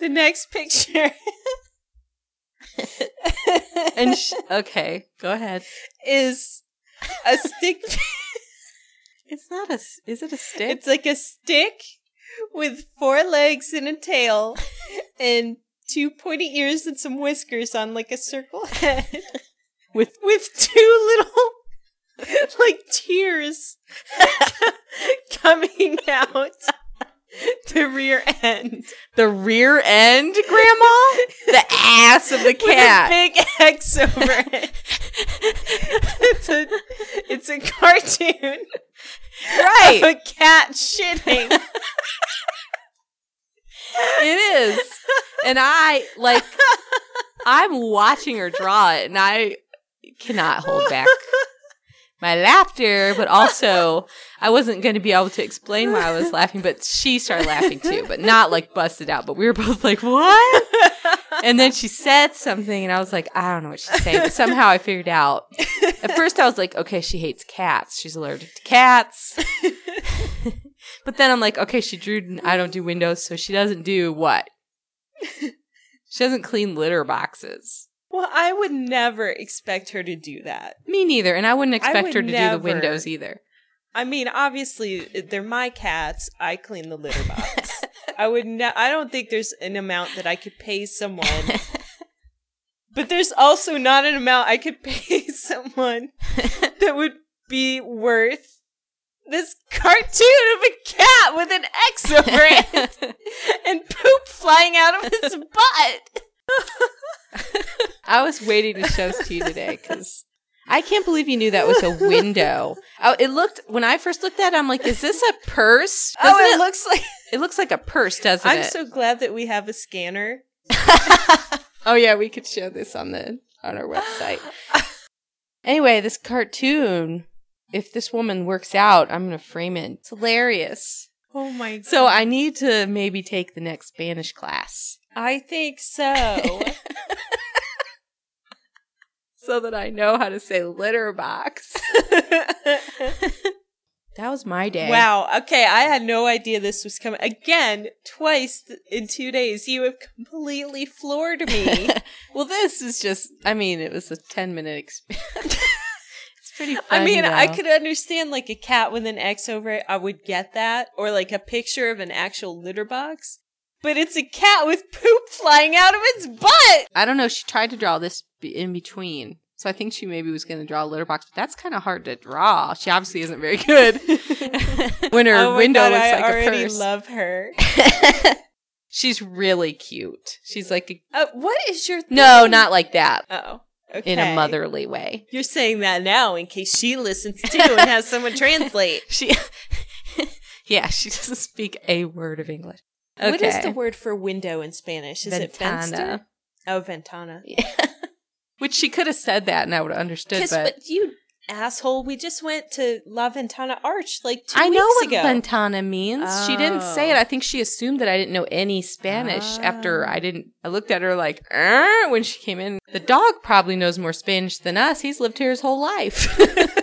the next picture
and sh okay, go ahead.
is a stick
It's not a. s- Is it a stick?
it's like a stick with four legs and a tail and two pointy ears and some whiskers on like a circle head
With-
with two little like tears coming out the rear end
The rear end, Grandma? the ass of the
with a
cat.
big X over it. it's a it's a cartoon of
Right.
a cat shitting.
it is. And I, like, I'm watching her draw it and I cannot hold back my laughter, but also I wasn't going to be able to explain why I was laughing, but she started laughing too, but not like busted out, but we were both like, what? And then she said something, and I was like, I don't know what she's saying. But somehow I figured out. At first, I was like, okay, she hates cats. She's allergic to cats. but then I'm like, okay, she drew, and I don't do windows, so she doesn't do what? She doesn't clean litter boxes.
Well, I would never expect her to do that.
Me neither. And I wouldn't expect
would
her to do
never.
the windows either.
I mean, obviously, they're my cats. I clean the litter box. I would. Ne- I don't think there's an amount that I could pay someone. but there's also not an amount I could pay someone that would be worth this cartoon of a cat with an X over it and poop flying out of its butt.
I was waiting to show this to you today because I can't believe you knew that was a window. Oh, it looked when I first looked at it, I'm like, is this a purse? Doesn't
oh, it,
it,
looks like.
it looks like a purse, doesn't
I'm
it?
so glad that we have a scanner.
oh yeah, we could show this on the on our website. anyway, this cartoon, if this woman works out, I'm gonna frame it. It's hilarious.
Oh my god.
So I need to maybe take the next Spanish class
I think so.
so that I know how to say litter box. That was my day.
Wow. Okay, I had no idea this was coming. Again, twice th- in two days, you have completely floored me.
well, this is just, I mean, it was a 10 minute experience. it's pretty fun.
I mean, I
though.
could understand like a cat with an X over it. I would get that, or like a picture of an actual litter box. But it's a cat with poop flying out of its butt.
I don't know. She tried to draw this be- in between. So I think she maybe was going to draw a litter box, but that's kind of hard to draw. She obviously isn't very good. when her
Oh my
window
God,
looks
I
like a
already
purse.
love her.
She's really cute. She's like, a-
Uh, what is your
no, not like that.
oh okay
In a motherly way.
You're saying that now in case she listens too and has someone translate.
She, yeah, she doesn't speak a word of English. Okay.
What is the word for window in Spanish? Is it
Ventana.
fenster? Oh, ventana.
Which she could have said that and I would have understood,
Because
but
but you asshole, we just went to La Ventana Arch like two
I
weeks
know what
ago.
ventana means. She didn't say it.
Oh.
I think she assumed that I didn't know any Spanish after
Oh.
I didn't. I looked at her like, "Er," when she came in. The dog probably knows more Spanish than us. He's lived here his whole life.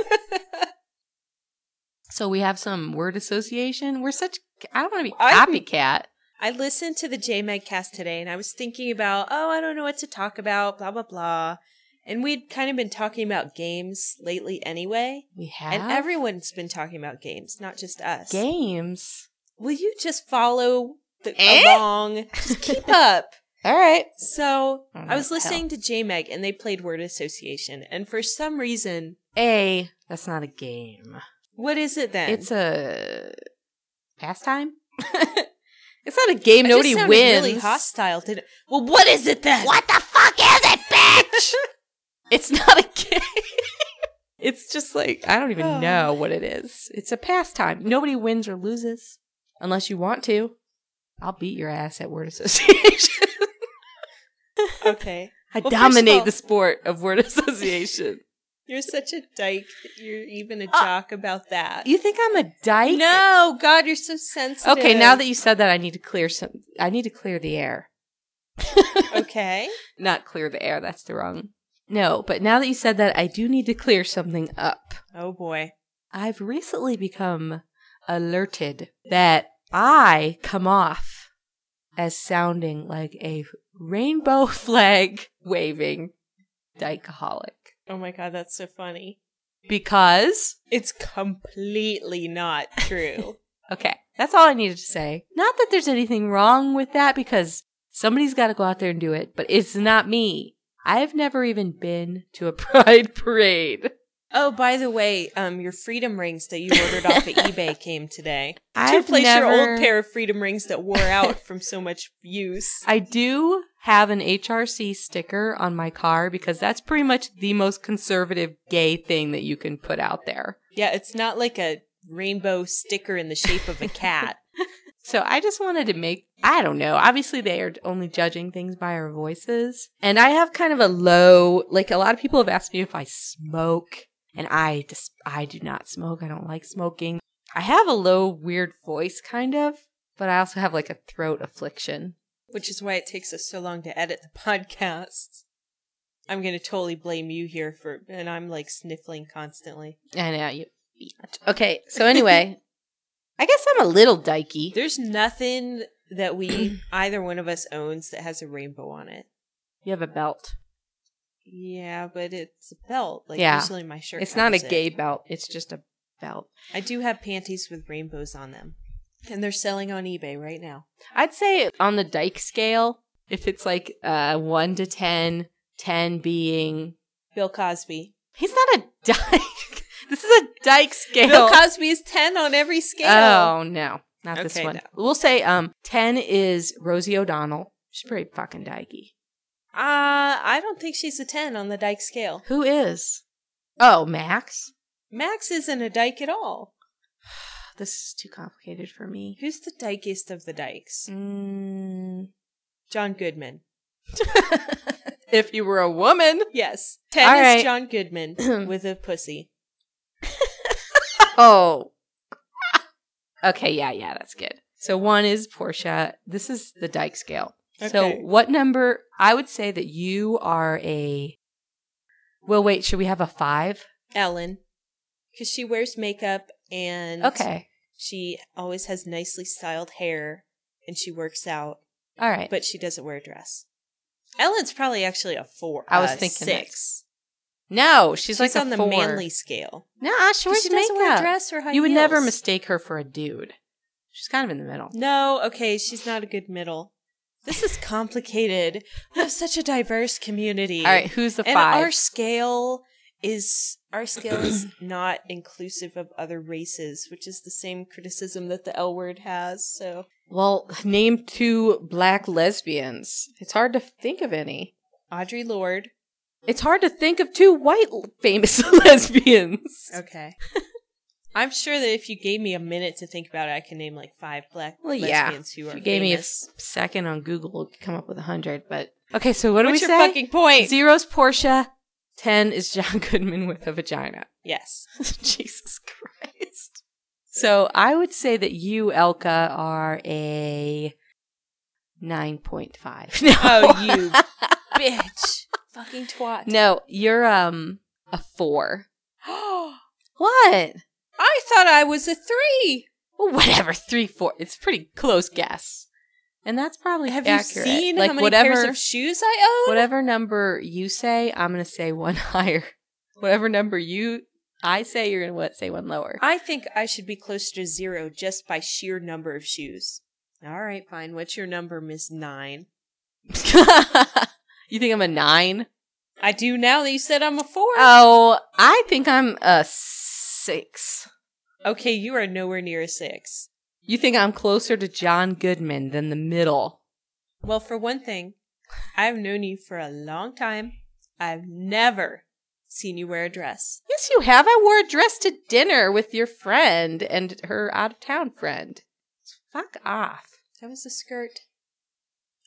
so we have some word association. We're such, I don't want to be
I'm-
copycat.
I listened to the JMEG cast today and I was thinking about, oh, I don't know what to talk about, blah blah blah. And we'd kind of been talking about games lately anyway.
We have
And everyone's been talking about games, not just us.
games.
Will you just follow the,
Eh?
along? Just keep up.
All right.
So
I don't know
I was
what the Oh, hell.
listening to JMEG and they played word association. And for some reason,
A, that's not a game.
what is it then?
It's a pastime. it's not a game.
It
Nobody
just sounded
wins.
Really hostile. Did it? Well, what is it then?
What the fuck is it, bitch? it's not a game. it's just like I don't even
Oh.
know what it is. It's a pastime. Nobody wins or loses unless you want to. I'll beat your ass at word association.
Okay,
I
Well, first of
dominate
all-
the sport of word association.
you're such a dyke. that You're even a jock about that.
you think I'm a dyke?
no, God, you're so sensitive.
Okay, now that you said that, I need to clear some. I need to clear the air.
okay,
Not clear the air. That's the wrong. No, but now that you said that, I do need to clear something up.
oh boy,
I've recently become alerted that I come off as sounding like a rainbow flag waving dykeaholic
oh my God, that's so funny.
because
It's completely not true.
Okay. That's all I needed to say. Not that there's anything wrong with that because somebody's got to go out there and do it, but it's not me. I've never even been to a pride parade.
oh, by the way, um, your freedom rings that you ordered off of eBay came today. To
I
replace your old pair of freedom rings that wore out from so much use.
I do have an HRC sticker on my car because that's pretty much the most conservative gay thing that you can put out there.
Yeah, it's not like a rainbow sticker in the shape of a cat.
So I just wanted to make, I don't know. Obviously, they are only judging things by our voices. And I have kind of a low, like a lot of people have asked me if I smoke, and I just, I do not smoke. I don't like smoking. I have a low, weird voice, kind of, but I also have like a throat affliction.
which is why it takes us so long to edit the podcast. I'm going to totally blame you here for, and I'm like sniffling constantly.
I know you. Okay, so anyway, I guess I'm a little dykey.
There's nothing that we, either one of us owns that has a rainbow on it.
You have a belt.
Yeah, but it's a belt. Like
Yeah.
usually my shirt.
It's not a
covers it.
gay belt. It's just a belt.
I do have panties with rainbows on them, and they're selling on eBay right now.
I'd say on the Dyke scale, if it's like uh, one to ten, ten being
Bill Cosby.
he's not a dyke. this is a Dyke scale.
Bill Cosby is ten on every scale.
Oh no, not this
Okay,
one.
no.
We'll say um ten is Rosie O'Donnell. She's pretty fucking dykey.
Uh, I don't think she's a ten on the Dyke scale.
Who is? Oh, Max.
Max isn't a dyke at all.
This is too complicated for me.
Who's the dykiest of the dykes?
Mm.
John Goodman.
if you were a woman.
Yes. Ten
All
is
right.
John Goodman with a pussy.
Oh. okay, yeah, yeah, that's good. So one is Portia. This is the Dyke scale. So
Okay.
what number? I would say that you are a. Well, wait. Should we have a five?
Ellen. Because she wears makeup and
Okay.
she always has nicely styled hair and she works out,
All right.
but she doesn't wear a dress. Ellen's probably actually a four.
I was
uh,
thinking that.
six.
no, she's, like
She's
a
on the
four.
manly scale.
Nah, she
'Cause
wears
She doesn't
makeup.
wear a dress or high
you would never
heels.
mistake her for a dude. She's kind of in the middle.
No, okay, she's not a good middle. This is complicated. We have such a diverse community.
All right, who's the
and
five?
our scale is our scale is not inclusive of other races, which is the same criticism that the L word has. So
well, name two black lesbians. It's hard to think of any.
Audrey Lorde.
It's hard to think of two white l- famous lesbians.
Okay. I'm sure that if you gave me a minute to think about it, I can name like five black
Well, yeah.
lesbians who
If
are
you gave me a
famous.
s- second on Google, it could come up with a hundred. But okay, so what do
What's
we
your
say?
fucking point?
Zero's Portia. Ten is John Goodman with a vagina.
yes.
Jesus Christ. So I would say that you, Elka, are a nine point five. No.
Oh, you bitch. Fucking twat.
No, you're um a four. what?
I thought I was a three.
Well, whatever, three, four. It's a pretty close guess, and that's probably
Have
accurate.
you seen
like
how many
whatever
pairs of shoes I own?
whatever number you say, I'm gonna say one higher. Whatever number you I say, you're gonna what say one lower.
I think I should be close to zero just by sheer number of shoes. All right, fine. What's your number, Miss Nine?
you think I'm a nine?
I do now that you said I'm a four.
Oh, I think I'm a six.
okay, you are nowhere near a six.
You think I'm closer to John Goodman than the middle?
Well, for one thing, I've known you for a long time. I've never seen you wear a dress.
Yes, you have. I wore a dress to dinner with your friend and her out of town friend. Fuck off.
That was a skirt.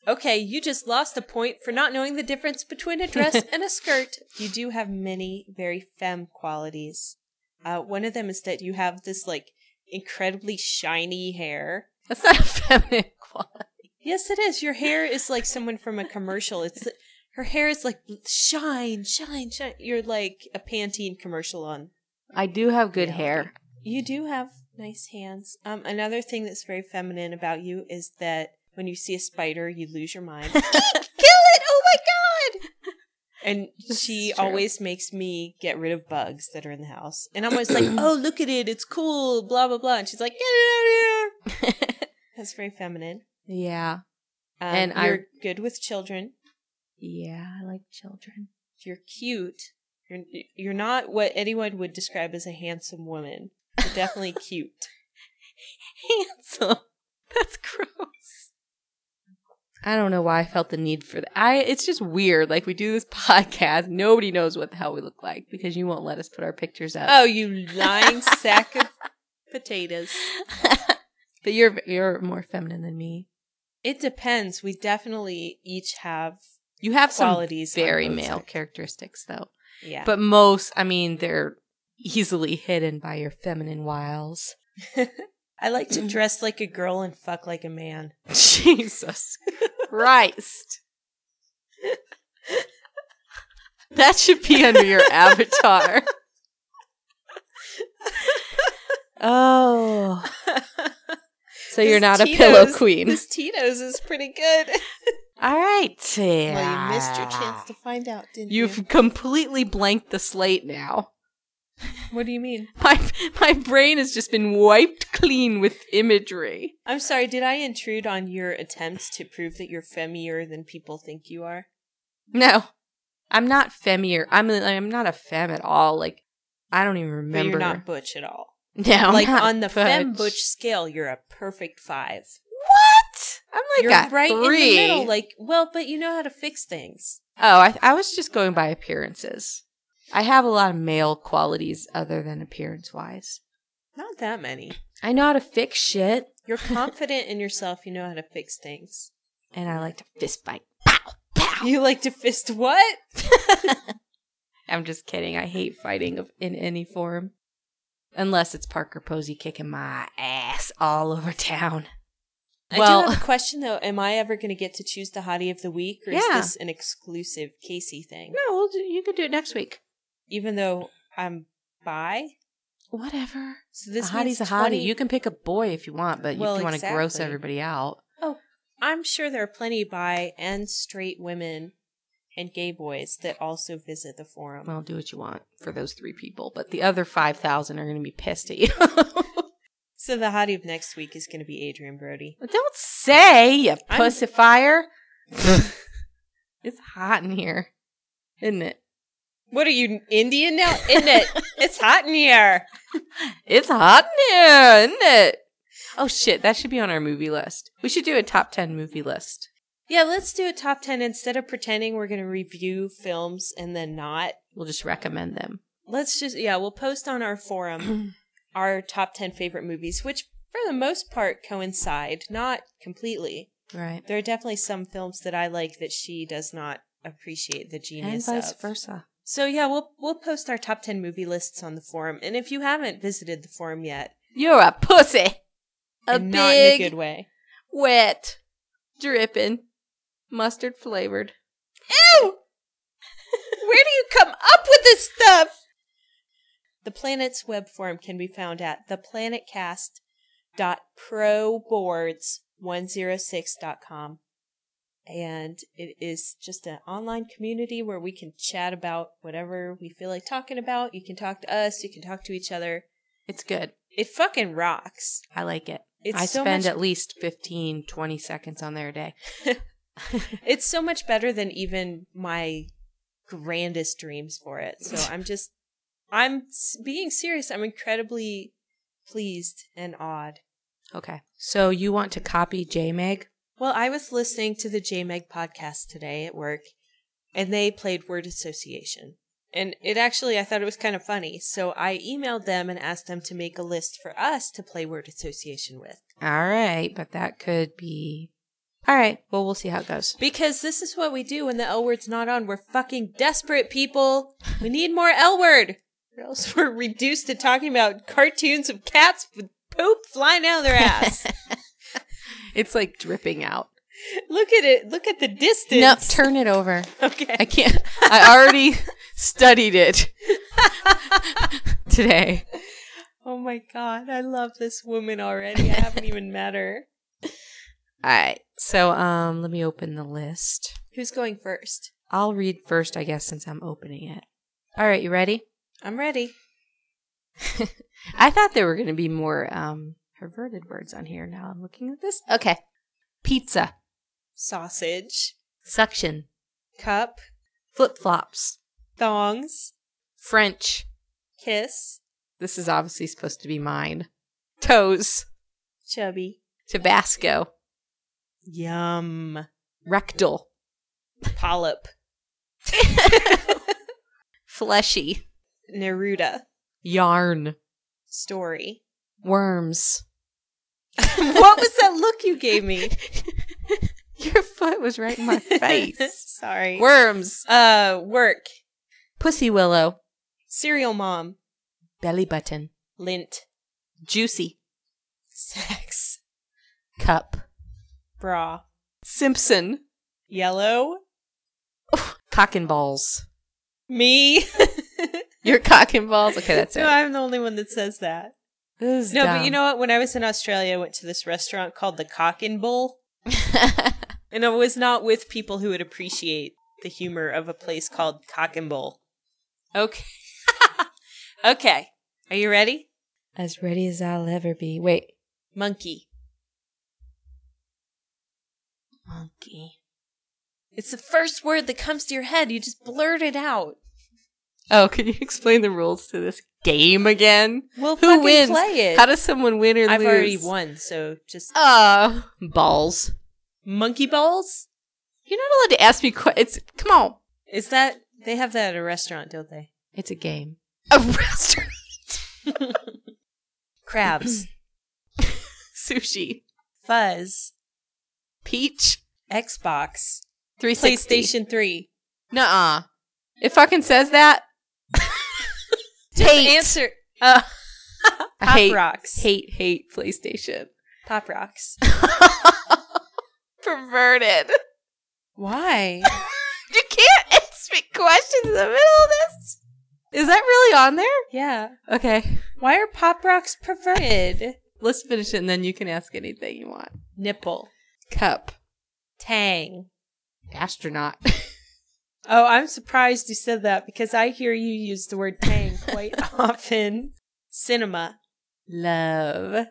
Okay, you just lost a point for not knowing the difference between a dress and a skirt. You do have many very femme qualities. Uh, one of them is that you have this like incredibly shiny hair.
That's not a feminine quality.
Yes, it is. Your hair is like someone from a commercial. It's her hair is like shine, shine, shine. You're like a Pantene commercial on.
I do have good hair.
You do have nice hands. Um, another thing that's very feminine about you is that when you see a spider, you lose your mind.
Kill it! Oh my god!
And
This
she
is true.
always makes me get rid of bugs that are in the house. And I'm always like, oh, look at it. It's cool. Blah, blah, blah. And she's like, get it out of here. That's very feminine.
Yeah.
Um,
And I-
you're good with children.
Yeah, I like children.
You're cute. You're, you're not what anyone would describe as a handsome woman. You're definitely cute.
Handsome. That's gross. I don't know why I felt the need for that. I it's just weird. Like we do this podcast, nobody knows what the hell we look like because you won't let us put our pictures up.
Oh, you lying sack of potatoes.
but you're you're more feminine than me.
It depends. We definitely each have
You have some
qualities. on
very
both
male
sides.
characteristics though.
Yeah.
But most, I mean, they're easily hidden by your feminine wiles.
I like to dress like a girl and fuck like a man.
Jesus Christ. that should be under your avatar. Oh. So
This
you're not a
Tito's-
pillow queen.
This Tito's is pretty good.
All right.
Well, you missed your chance to find out, didn't you?
You've completely blanked the slate now.
What do you mean?
My my brain has just been wiped clean with imagery.
I'm sorry. Did I intrude on your attempts to prove that you're femmier than people think you are?
No, I'm not femmier. I'm I'm not a femme at all. Like I don't even remember.
But you're not butch at all.
No, I'm
like
not
on the femme
butch.
butch scale, you're a perfect five.
What? I'm like
you're
a
right
three.
in the middle. Like, well, but you know how to fix things.
oh, I I was just going by appearances. I have a lot of male qualities other than appearance wise.
Not that many.
I know how to fix shit,
You're confident in yourself. You know how to fix things.
and I like to fist fight. Pow pow.
You like to fist what?
I'm just kidding. I hate fighting of, in any form. Unless it's Parker Posey kicking my ass all over town.
I
Well-
do have a question though. Am I ever going to get to choose the hottie of the week, or is
Yeah.
this an exclusive Casey thing?
No, we'll do, you can do it next week.
Even though I'm bi,
whatever.
So this
a hottie's
means
a hottie.
20
You can pick a boy if you want, but
Well,
if you want to gross
exactly.
everybody out,
I'm sure there are plenty bi and straight women and gay boys that also visit the forum.
well, do what you want for those three people. But the other five thousand are going to be pissed at you.
so the hottie of next week is going to be Adrian Brody.
Don't say you
I'm-
pussifier. it's hot in here, isn't it?
What are you Indian now? Isn't it? it's hot in here.
It's hot in here, isn't it? Oh shit, that should be on our movie list. We should do a top ten movie list.
Yeah, let's do a top ten instead of pretending we're going to review films and then not.
We'll just recommend them.
Let's just yeah, we'll post on our forum our top ten favorite movies, which for the most part coincide, not completely.
Right.
There are definitely some films that I like that she does not appreciate the
And
genius
vice
of.
versa.
So yeah, we'll we'll post our top ten movie lists on the forum, and if you haven't visited the forum yet,
You're a pussy. A
and
big
not in a good way,
wet, dripping, mustard flavored. Ew!
where do you come up with this stuff? The Planet's web forum can be found at theplanetcast.proboards106.com. And it is just an online community where we can chat about whatever we feel like talking about. You can talk to us, you can talk to each other.
It's good.
It fucking rocks.
I like it.
It's
I
so
spend
much
at least 15, 20 seconds on there a day.
it's so much better than even my grandest dreams for it. So I'm just, I'm s- being serious. I'm incredibly pleased and awed.
Okay. So you want to copy JMeg?
Well, I was listening to the JMEG podcast today at work, and they played word association. And it actually, I thought it was kind of funny. So I emailed them and asked them to make a list for us to play word association with.
All right, but that could be. All right. Well, we'll see how it goes.
Because this is what we do when the L word's not on. We're fucking desperate, people. We need more L word. Or else we're reduced to talking about cartoons of cats with poop flying out of their ass.
It's like dripping out.
Look at it. Look at the distance.
Nope. Turn it over. I
Okay.
can't. I already studied it today.
Oh my god, I love this woman already. I haven't even met her.
All right. So, um, let me open the list.
Who's going first?
I'll read first, I guess, since I'm opening it. All right, you ready?
I'm ready.
I thought there were going to be more um, perverted words on here. Now I'm looking at this. Okay. Pizza,
Sausage,
suction,
cup,
flip flops,
thongs,
French.
kiss,
This is obviously supposed to be mine. Toes,
chubby.
Tabasco,
Yum.
rectal,
Polyp.
fleshy,
Neruda.
yarn,
Story.
worms.
what was that look you gave me?
Your foot was right in my face.
Sorry.
worms,
uh, work.
pussy willow,
Serial mom.
belly button,
Lint.
juicy,
Sex.
cup,
Bra.
Simpson,
Yellow.
cock and balls.
Me.
Your cock and balls. Okay, that's
no,
it.
I'm the only one that says that.
This is
No, but
dumb.
you know what? When I was in Australia, I went to this restaurant called the Cock and Bull, and I was not with people who would appreciate the humor of a place called Cock and Bull.
okay.
Okay. Are you ready?
As ready as I'll ever be. Wait.
Monkey.
Monkey.
It's the first word that comes to your head. You just blurt it out.
Oh, can you explain the rules to this game again?
Well,
Who
fucking
wins?
Play it.
How does someone win or
I've
lose?
already won, so just
Oh, balls.
monkey balls.
You're not allowed to ask me questions. Come on.
Is that they have that at a restaurant, don't they?
It's a game. A restaurant.
Crabs,
Sushi.
fuzz,
Peach.
Xbox,
360.
PlayStation Three.
Nuh-uh. It fucking says that. hate.
Answer.
Uh, I
Pop
hate,
rocks.
hate, hate PlayStation.
Pop rocks.
Perverted.
Why?
You can't ask me questions in the middle of this. Is that really on there?
Yeah.
Okay.
Why are pop rocks perverted?
Let's finish it and then you can ask anything you want.
Nipple.
Cup.
Tang.
Astronaut.
Oh, I'm surprised you said that because I hear you use the word tang quite often. Cinema.
Love.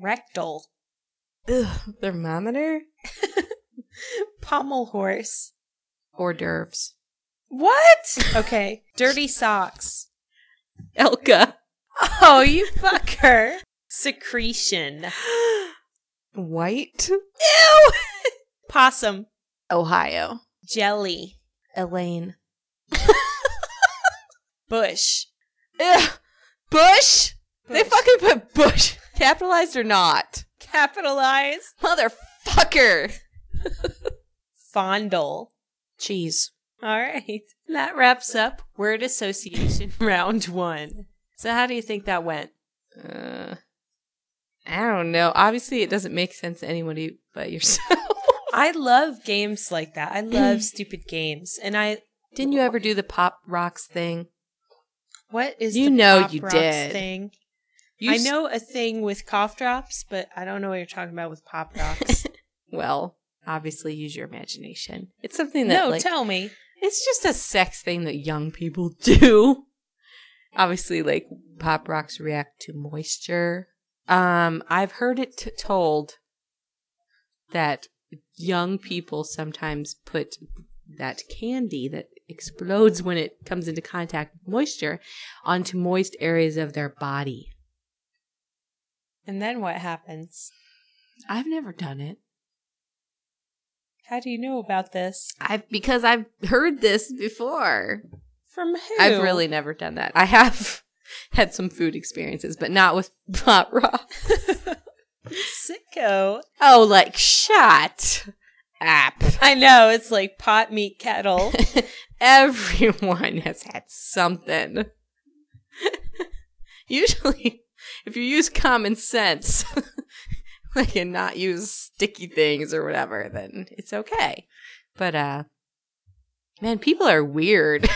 Rectal.
Ugh, thermometer?
Pommel horse.
Hors d'oeuvres.
What? Okay. Dirty socks.
Elka.
Oh, you fucker. Secretion.
White.
Ew! Possum.
Ohio.
Jelly.
Elaine.
Bush.
Ugh. Bush? They
Bush.
fucking put Bush. Capitalized or not?
Capitalized.
Motherfucker.
Fondle.
Cheese.
All right. That wraps up word association round one. So, how do you think that went?
Uh, I don't know. Obviously, it doesn't make sense to anybody but yourself.
I love games like that. I love stupid games. And I,
Didn't you ever do the pop rocks thing?
what is
You
the
know
Pop
you
Rocks
did.
thing?
You
I
s-
know a thing with cough drops, but I don't know what you're talking about with pop rocks.
well, obviously, use your imagination. It's something that
no,
like
tell me.
it's just a sex thing that young people do. obviously, like pop rocks react to moisture. Um, I've heard it t- told that young people sometimes put that candy that explodes when it comes into contact with moisture onto moist areas of their body.
And then what happens?
I've never done it.
How do you know about this?
I've because I've heard this before.
From who?
I've really never done that. I have had some food experiences, but not with pot rocks.
sicko.
Oh, like shot app.
I know it's like pot meat kettle.
Everyone has had something. Usually, if you use common sense, like and not use sticky things or whatever, then it's okay. But uh, man, people are weird.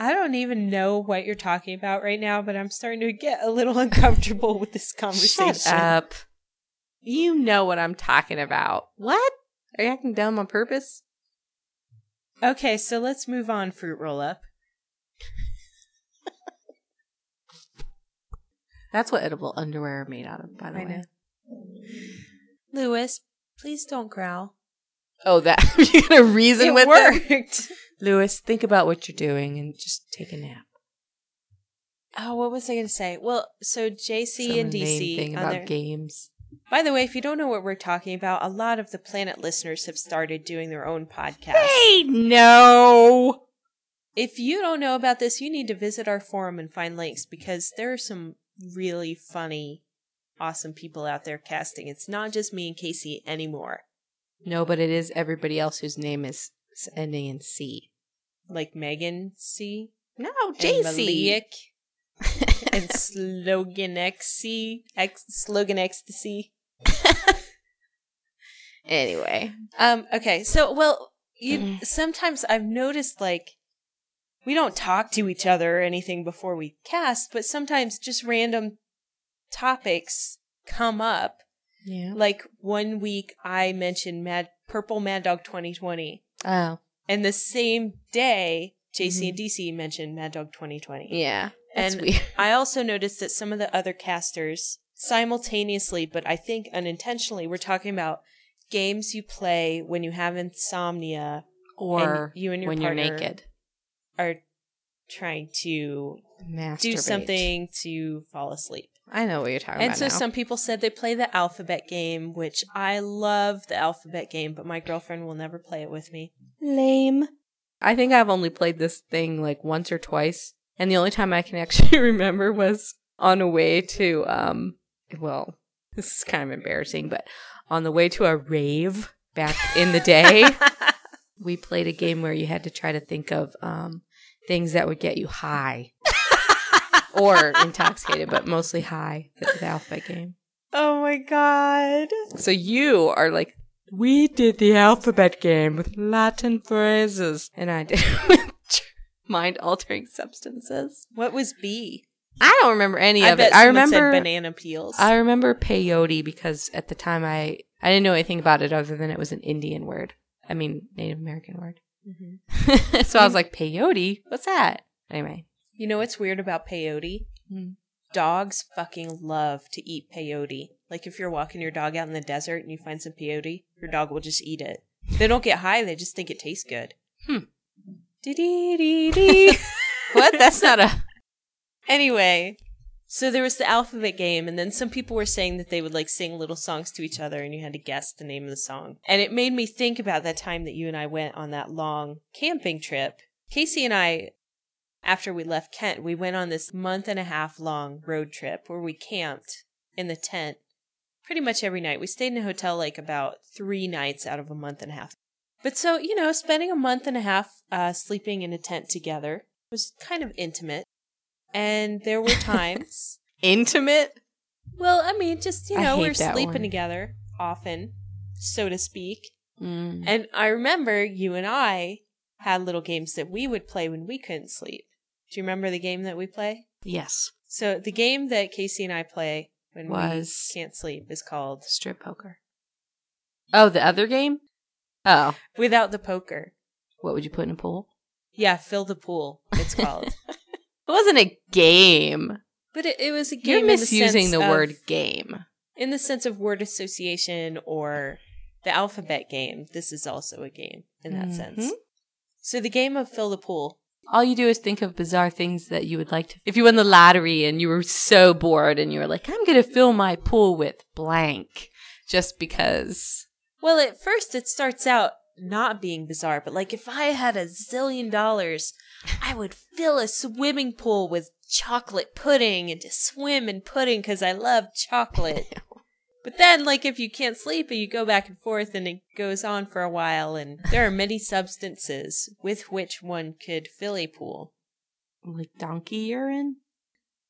I don't even know what you're talking about right now, but I'm starting to get a little uncomfortable with this conversation.
Shut up. You know what I'm talking about. What? Are you acting dumb on purpose?
Okay, so let's move on, Fruit Roll Up.
That's what edible underwear are made out of, by the
I
way.
know. Lewis, please don't growl.
Oh, that you're gonna reason
it
with it?
worked.
Lewis, think about what you're doing and just take a nap.
Oh, what was I going to say? Well, so JC
Some
and
lame
DC.
thing
on
about
their-
games.
By the way, if you don't know what we're talking about, a lot of the Planet listeners have started doing their own podcast.
Hey, no.
If you don't know about this, you need to visit our forum and find links because there are some really funny, awesome people out there casting. It's not just me and Casey anymore,
No, but it is everybody else whose name is s- ending in C.
like Megan C.
No,
and Malik and Slogan XC, X, Slogan Ecstasy.
anyway,
Um, okay, so well, you sometimes I've noticed like we don't talk to each other or anything before we cast, but sometimes just random topics come up.
yeah.
Like one week I mentioned Mad Purple Mad Dog 2020,
Oh,
and the same day JC and DC mentioned Mad Dog 2020.
Mm-hmm. yeah. That's
And-
weird.
I also noticed that some of the other casters simultaneously, but I think unintentionally, were talking about games you play when you have insomnia
Or
you and your
when you're
partner-
naked.
are trying to
Masturbate.
do something to fall asleep.
I know what you're talking
And
about.
so
now.
some people said they play the alphabet game, which I love the alphabet game, but my girlfriend will never play it with me.
Lame.
I think I've only played this thing like once or twice, and the only time I can actually remember was on a way to um well, this is kind of embarrassing, but on the way to a rave back in the day, we played a game where you had to try to think of um things that would get you high or intoxicated, but mostly high, the, the alphabet game.
Oh my god.
So you are like we did the alphabet game with Latin phrases, and I did with mind altering substances.
What was B?
I don't remember any
I
of it.
bet
I
someone
remember
said banana peels.
I remember peyote because at the time I I didn't know anything about it other than it was an Indian word. I mean Native American word.
Mhm.
so I was like peyote, what's that? Anyway,
You know what's weird about peyote?
Hmm.
Dogs fucking love to eat peyote. Like if you're walking your dog out in the desert and you find some peyote, your dog will just eat it. They don't get high, they just think it tastes good.
Hmm.
Dee-dee-dee-dee.
what? That's not a
Anyway, so there was the alphabet game, and then some people were saying that they would like sing little songs to each other, and you had to guess the name of the song. And it made me think about that time that you and I went on that long camping trip. Casey and I, after we left Kent, we went on this month and a half long road trip where we camped in the tent pretty much every night. We stayed in a hotel like about three nights out of a month and a half. But so, you know, spending a month and a half uh, sleeping in a tent together was kind of intimate. And there were times,
intimate.
well, I mean, just, you
I
know,
hate
we're
that
sleeping
one.
together often, so to speak.
Mm.
And I remember you and I had little games that we would play when we couldn't sleep. Do you remember the game that we play?
Yes,
So the game that Casey and I play when
Was-
we can't sleep is called
strip poker. Oh, the other game? Oh,
Without the Poker.
what would you put in a pool?
Yeah, Fill the Pool, it's called.
It wasn't a game.
but it, it was a game
You're
in the sense
misusing the,
of-
word game.
in the sense of word association or the alphabet game, this is also a game in that sense.
Mhm.
So the game of fill the pool.
All you do is think of bizarre things that you would like to. If you won the lottery and you were so bored and you were like, I'm going to fill my pool with blank just because.
Well, at first it starts out not being bizarre, but like if I had a zillion dollars, I would fill a swimming pool with chocolate pudding and just swim in pudding because I love chocolate. But then, like, if you can't sleep and you go back and forth and it goes on for a while, and there are many substances with which one could fill a pool.
Like donkey urine?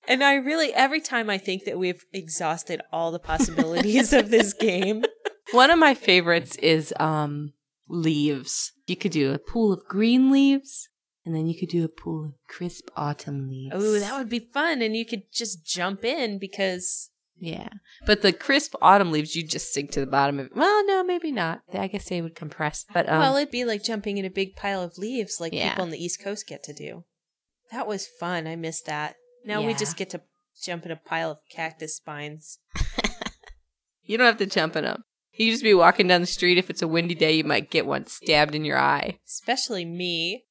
And I really, every time I think that we've exhausted all the possibilities of this game,
One of my favorites is um, leaves. You could do a pool of green leaves, and then you could do a pool of crisp autumn leaves.
oh, that would be fun. And you could just jump in because,
Yeah. But the crisp autumn leaves, you just sink to the bottom of. Well, no, maybe not. I guess they would compress. But um,
well, it'd be like jumping in a big pile of leaves like
Yeah.
people on the East Coast get to do. That was fun. I miss that. Now we
Yeah.
just get to jump in a pile of cactus spines.
you don't have to jump in them. You just be walking down the street. If it's a windy day, you might get one stabbed in your eye.
Especially me.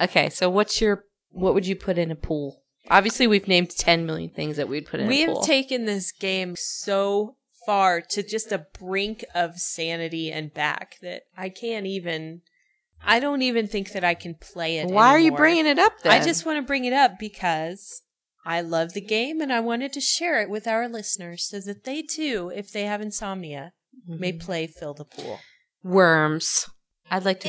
Okay, so what's your what would you put in a pool? Obviously, we've named ten million things that we'd put in
We
a
have
pool.
taken this game so far to just a brink of sanity and back that I can't even. I don't even think that I can play it.
Why are you
anymore.
bringing it up? Then
I just want to bring it up because I love the game and I wanted to share it with our listeners so that they too, if they have insomnia, may
Mm-hmm.
play fill the pool.
worms. I'd like to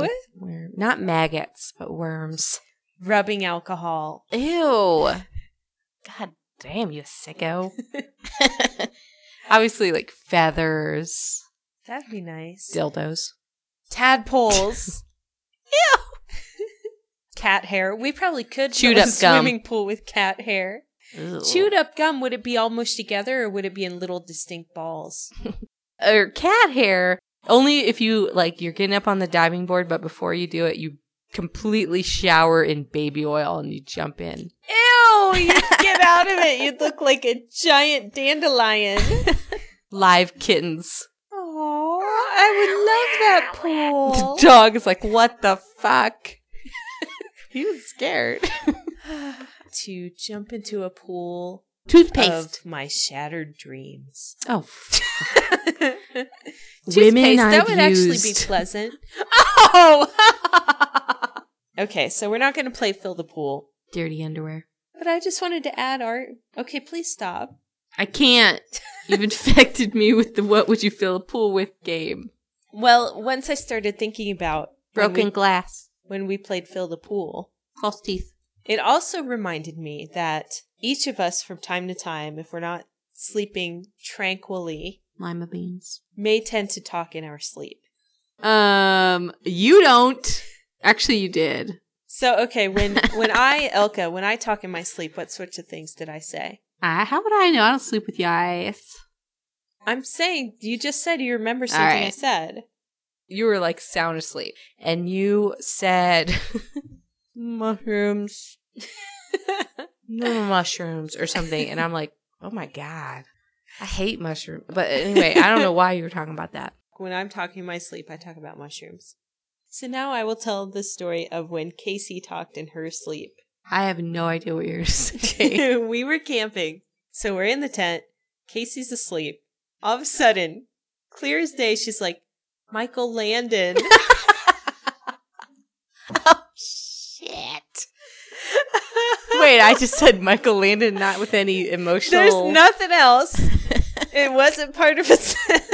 Ew.
it with worm. not maggots, but worms.
Rubbing alcohol.
Ew! God damn, you sicko! Obviously, like feathers,
That'd be nice.
dildos.
Tadpoles. cat hair. We probably could
Chewed
fill
up
a
gum.
swimming pool with cat hair. Chewed up gum, would it be all mushed together or would it be in little distinct balls?
or cat hair only if you like you're getting up on the diving board but before you do it you completely shower in baby oil and you jump in
Ew, you'd get out of it. You'd look like a giant dandelion.
live kittens
Aww, I would love that
the
pool.
dog is like what the fuck he was scared
to jump into a pool
toothpaste
of my shattered dreams.
oh
Toothpaste, that would actually be pleasant.
oh
Okay, so we're not going to play fill the pool,
dirty underwear
but I just wanted to add art. Okay, please stop.
i can't you've infected me with the what would you fill a pool with game
Well, once I started thinking about when
broken
we-
glass
when we played fill the pool,
false teeth
It also reminded me that each of us, from time to time, if we're not sleeping tranquilly,
lima beans
may tend to talk in our sleep.
Um, you don't. Actually, you did.
So okay, when when I Elka, when I talk in my sleep, what sorts of things did I say?
Uh, how would I know? I don't sleep with your eyes.
I'm saying you just said you remember
All
something I
right.
said.
You were like sound asleep and you said mushrooms, no mushrooms or something. And I'm like, oh my God, I hate mushrooms. But anyway, I don't know why you were talking about that.
When I'm talking in my sleep, I talk about mushrooms. So now I will tell the story of when Casey talked in her sleep.
I have no idea what you're saying.
we were camping. So we're in the tent. Casey's asleep. All of a sudden, clear as day, she's like, Michael Landon.
Shit. Wait, I just said Michael Landon, not with any emotional.
There's nothing else. It wasn't part of a sen-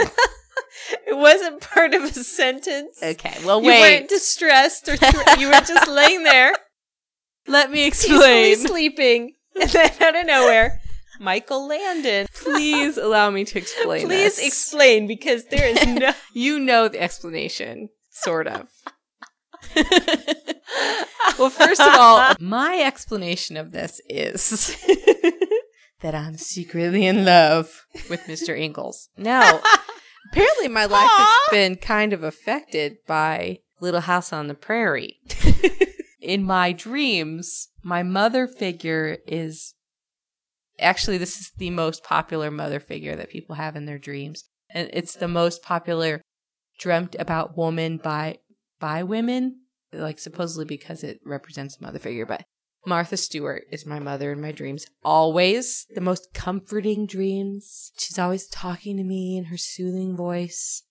It wasn't part of a sentence.
Okay, well,
You weren't
wait.
distressed or thr- you were just laying there
Let me
peacefully
explain.
sleeping. And then out of nowhere, Michael Landon.
Please allow me to explain.
Please
this.
explain because there is no
You know the explanation, sort of. well, first of all, my explanation of this is that I'm secretly in love with Mr. Ingalls. No. Apparently, my life has been kind of affected by Little House on the Prairie. in my dreams, my mother figure is actually, this is the most popular mother figure that people have in their dreams. And it's the most popular dreamt about woman by by women, like supposedly because it represents a mother figure, but Martha Stewart is my mother in my dreams. Always the most comforting dreams. She's always talking to me in her soothing voice.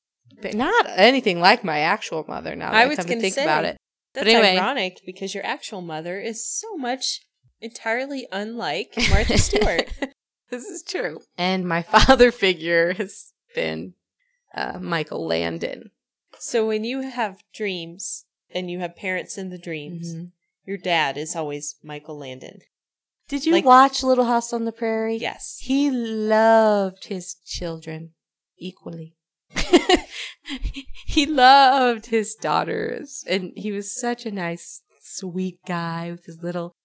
But not anything like my actual mother now that
I
I,
was
come to
gonna
think
say.
about it.
That's
anyway.
ironic because your actual mother is so much entirely unlike Martha Stewart.
This is true. And my father figure has been uh, Michael Landon.
so when you have dreams and you have parents in the dreams,
Mhm.
your dad is always Michael Landon.
Did you
Like-
watch Little House on the Prairie?
Yes.
He loved his children equally. he loved his daughters, and he was such a nice, sweet guy with his little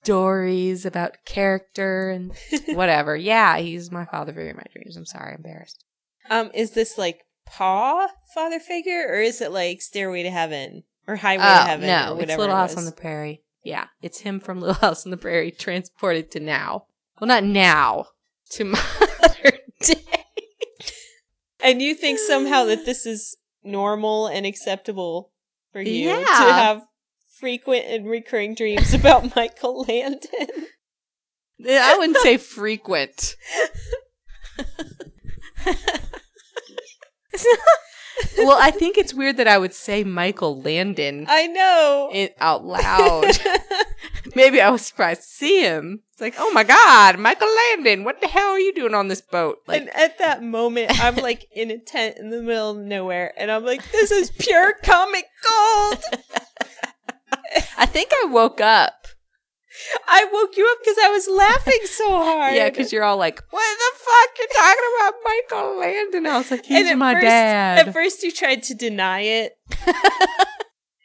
stories about character and whatever. yeah, he's my father figure in my dreams. I'm sorry, I'm embarrassed.
Um, is this like paw father figure or is it like Stairway to Heaven or Highway to
Oh,
Heaven? or
no, it's
whatever
Little
it
House on
was?
the Prairie. Yeah, it's him from Little House on the Prairie transported to now. Well, not now, to modern day.
And you think somehow that this is normal and acceptable for you to
Yeah.
have frequent and recurring dreams about Michael Landon?
I wouldn't say frequent. well, I think it's weird that I would say Michael Landon
I know.
in, out loud. Maybe I was surprised to see him. It's like, oh my God, Michael Landon, what the hell are you doing on this boat? Like,
and at that moment, I'm like in a tent in the middle of nowhere, and I'm like, this is pure comic gold.
I think I woke up.
I woke you up because I was laughing so hard.
Yeah, because you're all like, what the fuck? You're talking about Michael Landon. I was like, he's
And at
my
first-
dad.
At first, you tried to deny it,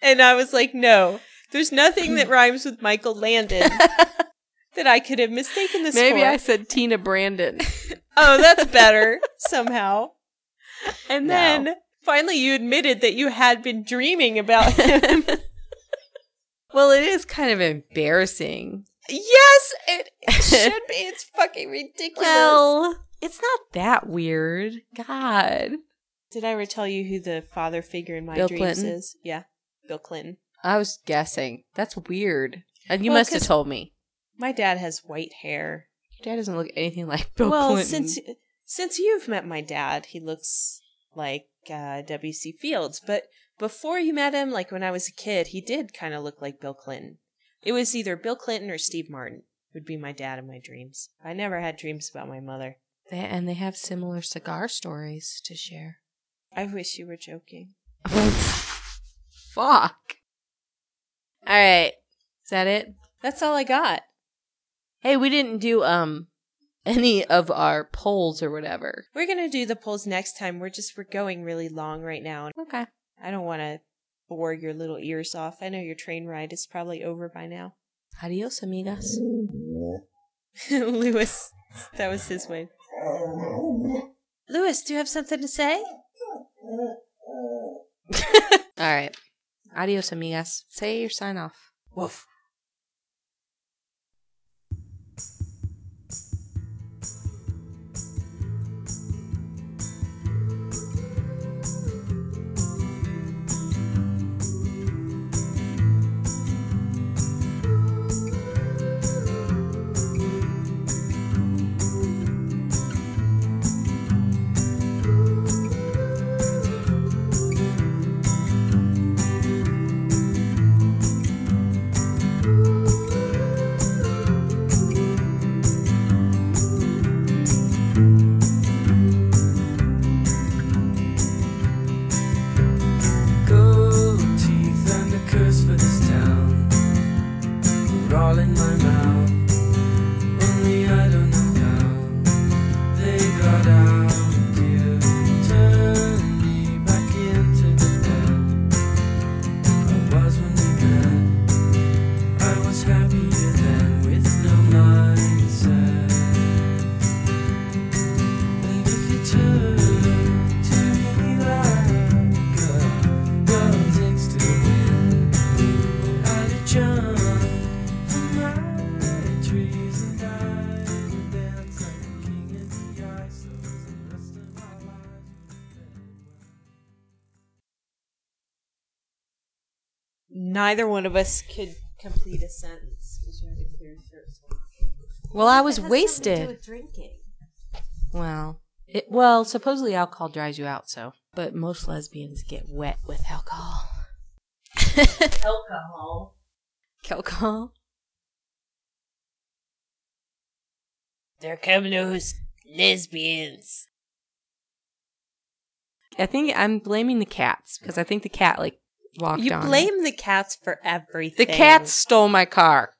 and I was like, no, there's nothing that rhymes with Michael Landon that I could have mistaken this
Maybe
for.
I said Tina Brandon.
oh, that's better somehow. And
No.
then finally, you admitted that you had been dreaming about him.
Well, it is kind of embarrassing.
yes, it, it should be. It's fucking ridiculous.
it's not that weird. God.
Did I ever tell you who the father figure in my
Bill
dreams
Clinton?
is? Yeah, Bill Clinton.
I was guessing. That's weird. And you
Well,
must have
'cause-
told me.
My dad has white hair.
Your dad doesn't look anything like Bill
well,
Clinton.
since since you've met my dad, he looks like uh, W.C. Fields. But before you met him, like when I was a kid, he did kind of look like Bill Clinton. It was either Bill Clinton or Steve Martin would be my dad in my dreams. I never had dreams about my mother.
They- and they have similar cigar stories to share.
I wish you were joking.
Fuck. All right. Is that it?
That's all I got.
Hey, we didn't do um any of our polls or whatever.
We're gonna do the polls next time. We're just we're going really long right now, and
Okay.
I don't want to bore your little ears off. I know your train ride is probably over by now.
Adios, amigas.
Lewis, that was his way. Lewis, do you have something to say?
All right. Adios, amigas. Say your sign off. Woof.
Gold teeth and a curse for this town. We're all in my mouth. Only I don't know how they got out. Dear, turn me back into the bed I was when we met. I was happier then with no mindset. And if you turn to me like a Love takes to win. I did jump from my trees and died, and dance like a king in the ice. Those the rest of our lives.
Neither one of us could complete a sentence because you had a clear throat.
Well, I was
It has something to do
wasted.
with drinking.
Well, it, well, supposedly alcohol dries you out, so. But most lesbians get wet with alcohol. alcohol. Alcohol.
There come those lesbians.
I think I'm blaming the cats because I think the cat like walked
You
on. it.
blame the cats for
the
everything.
cats stole my car.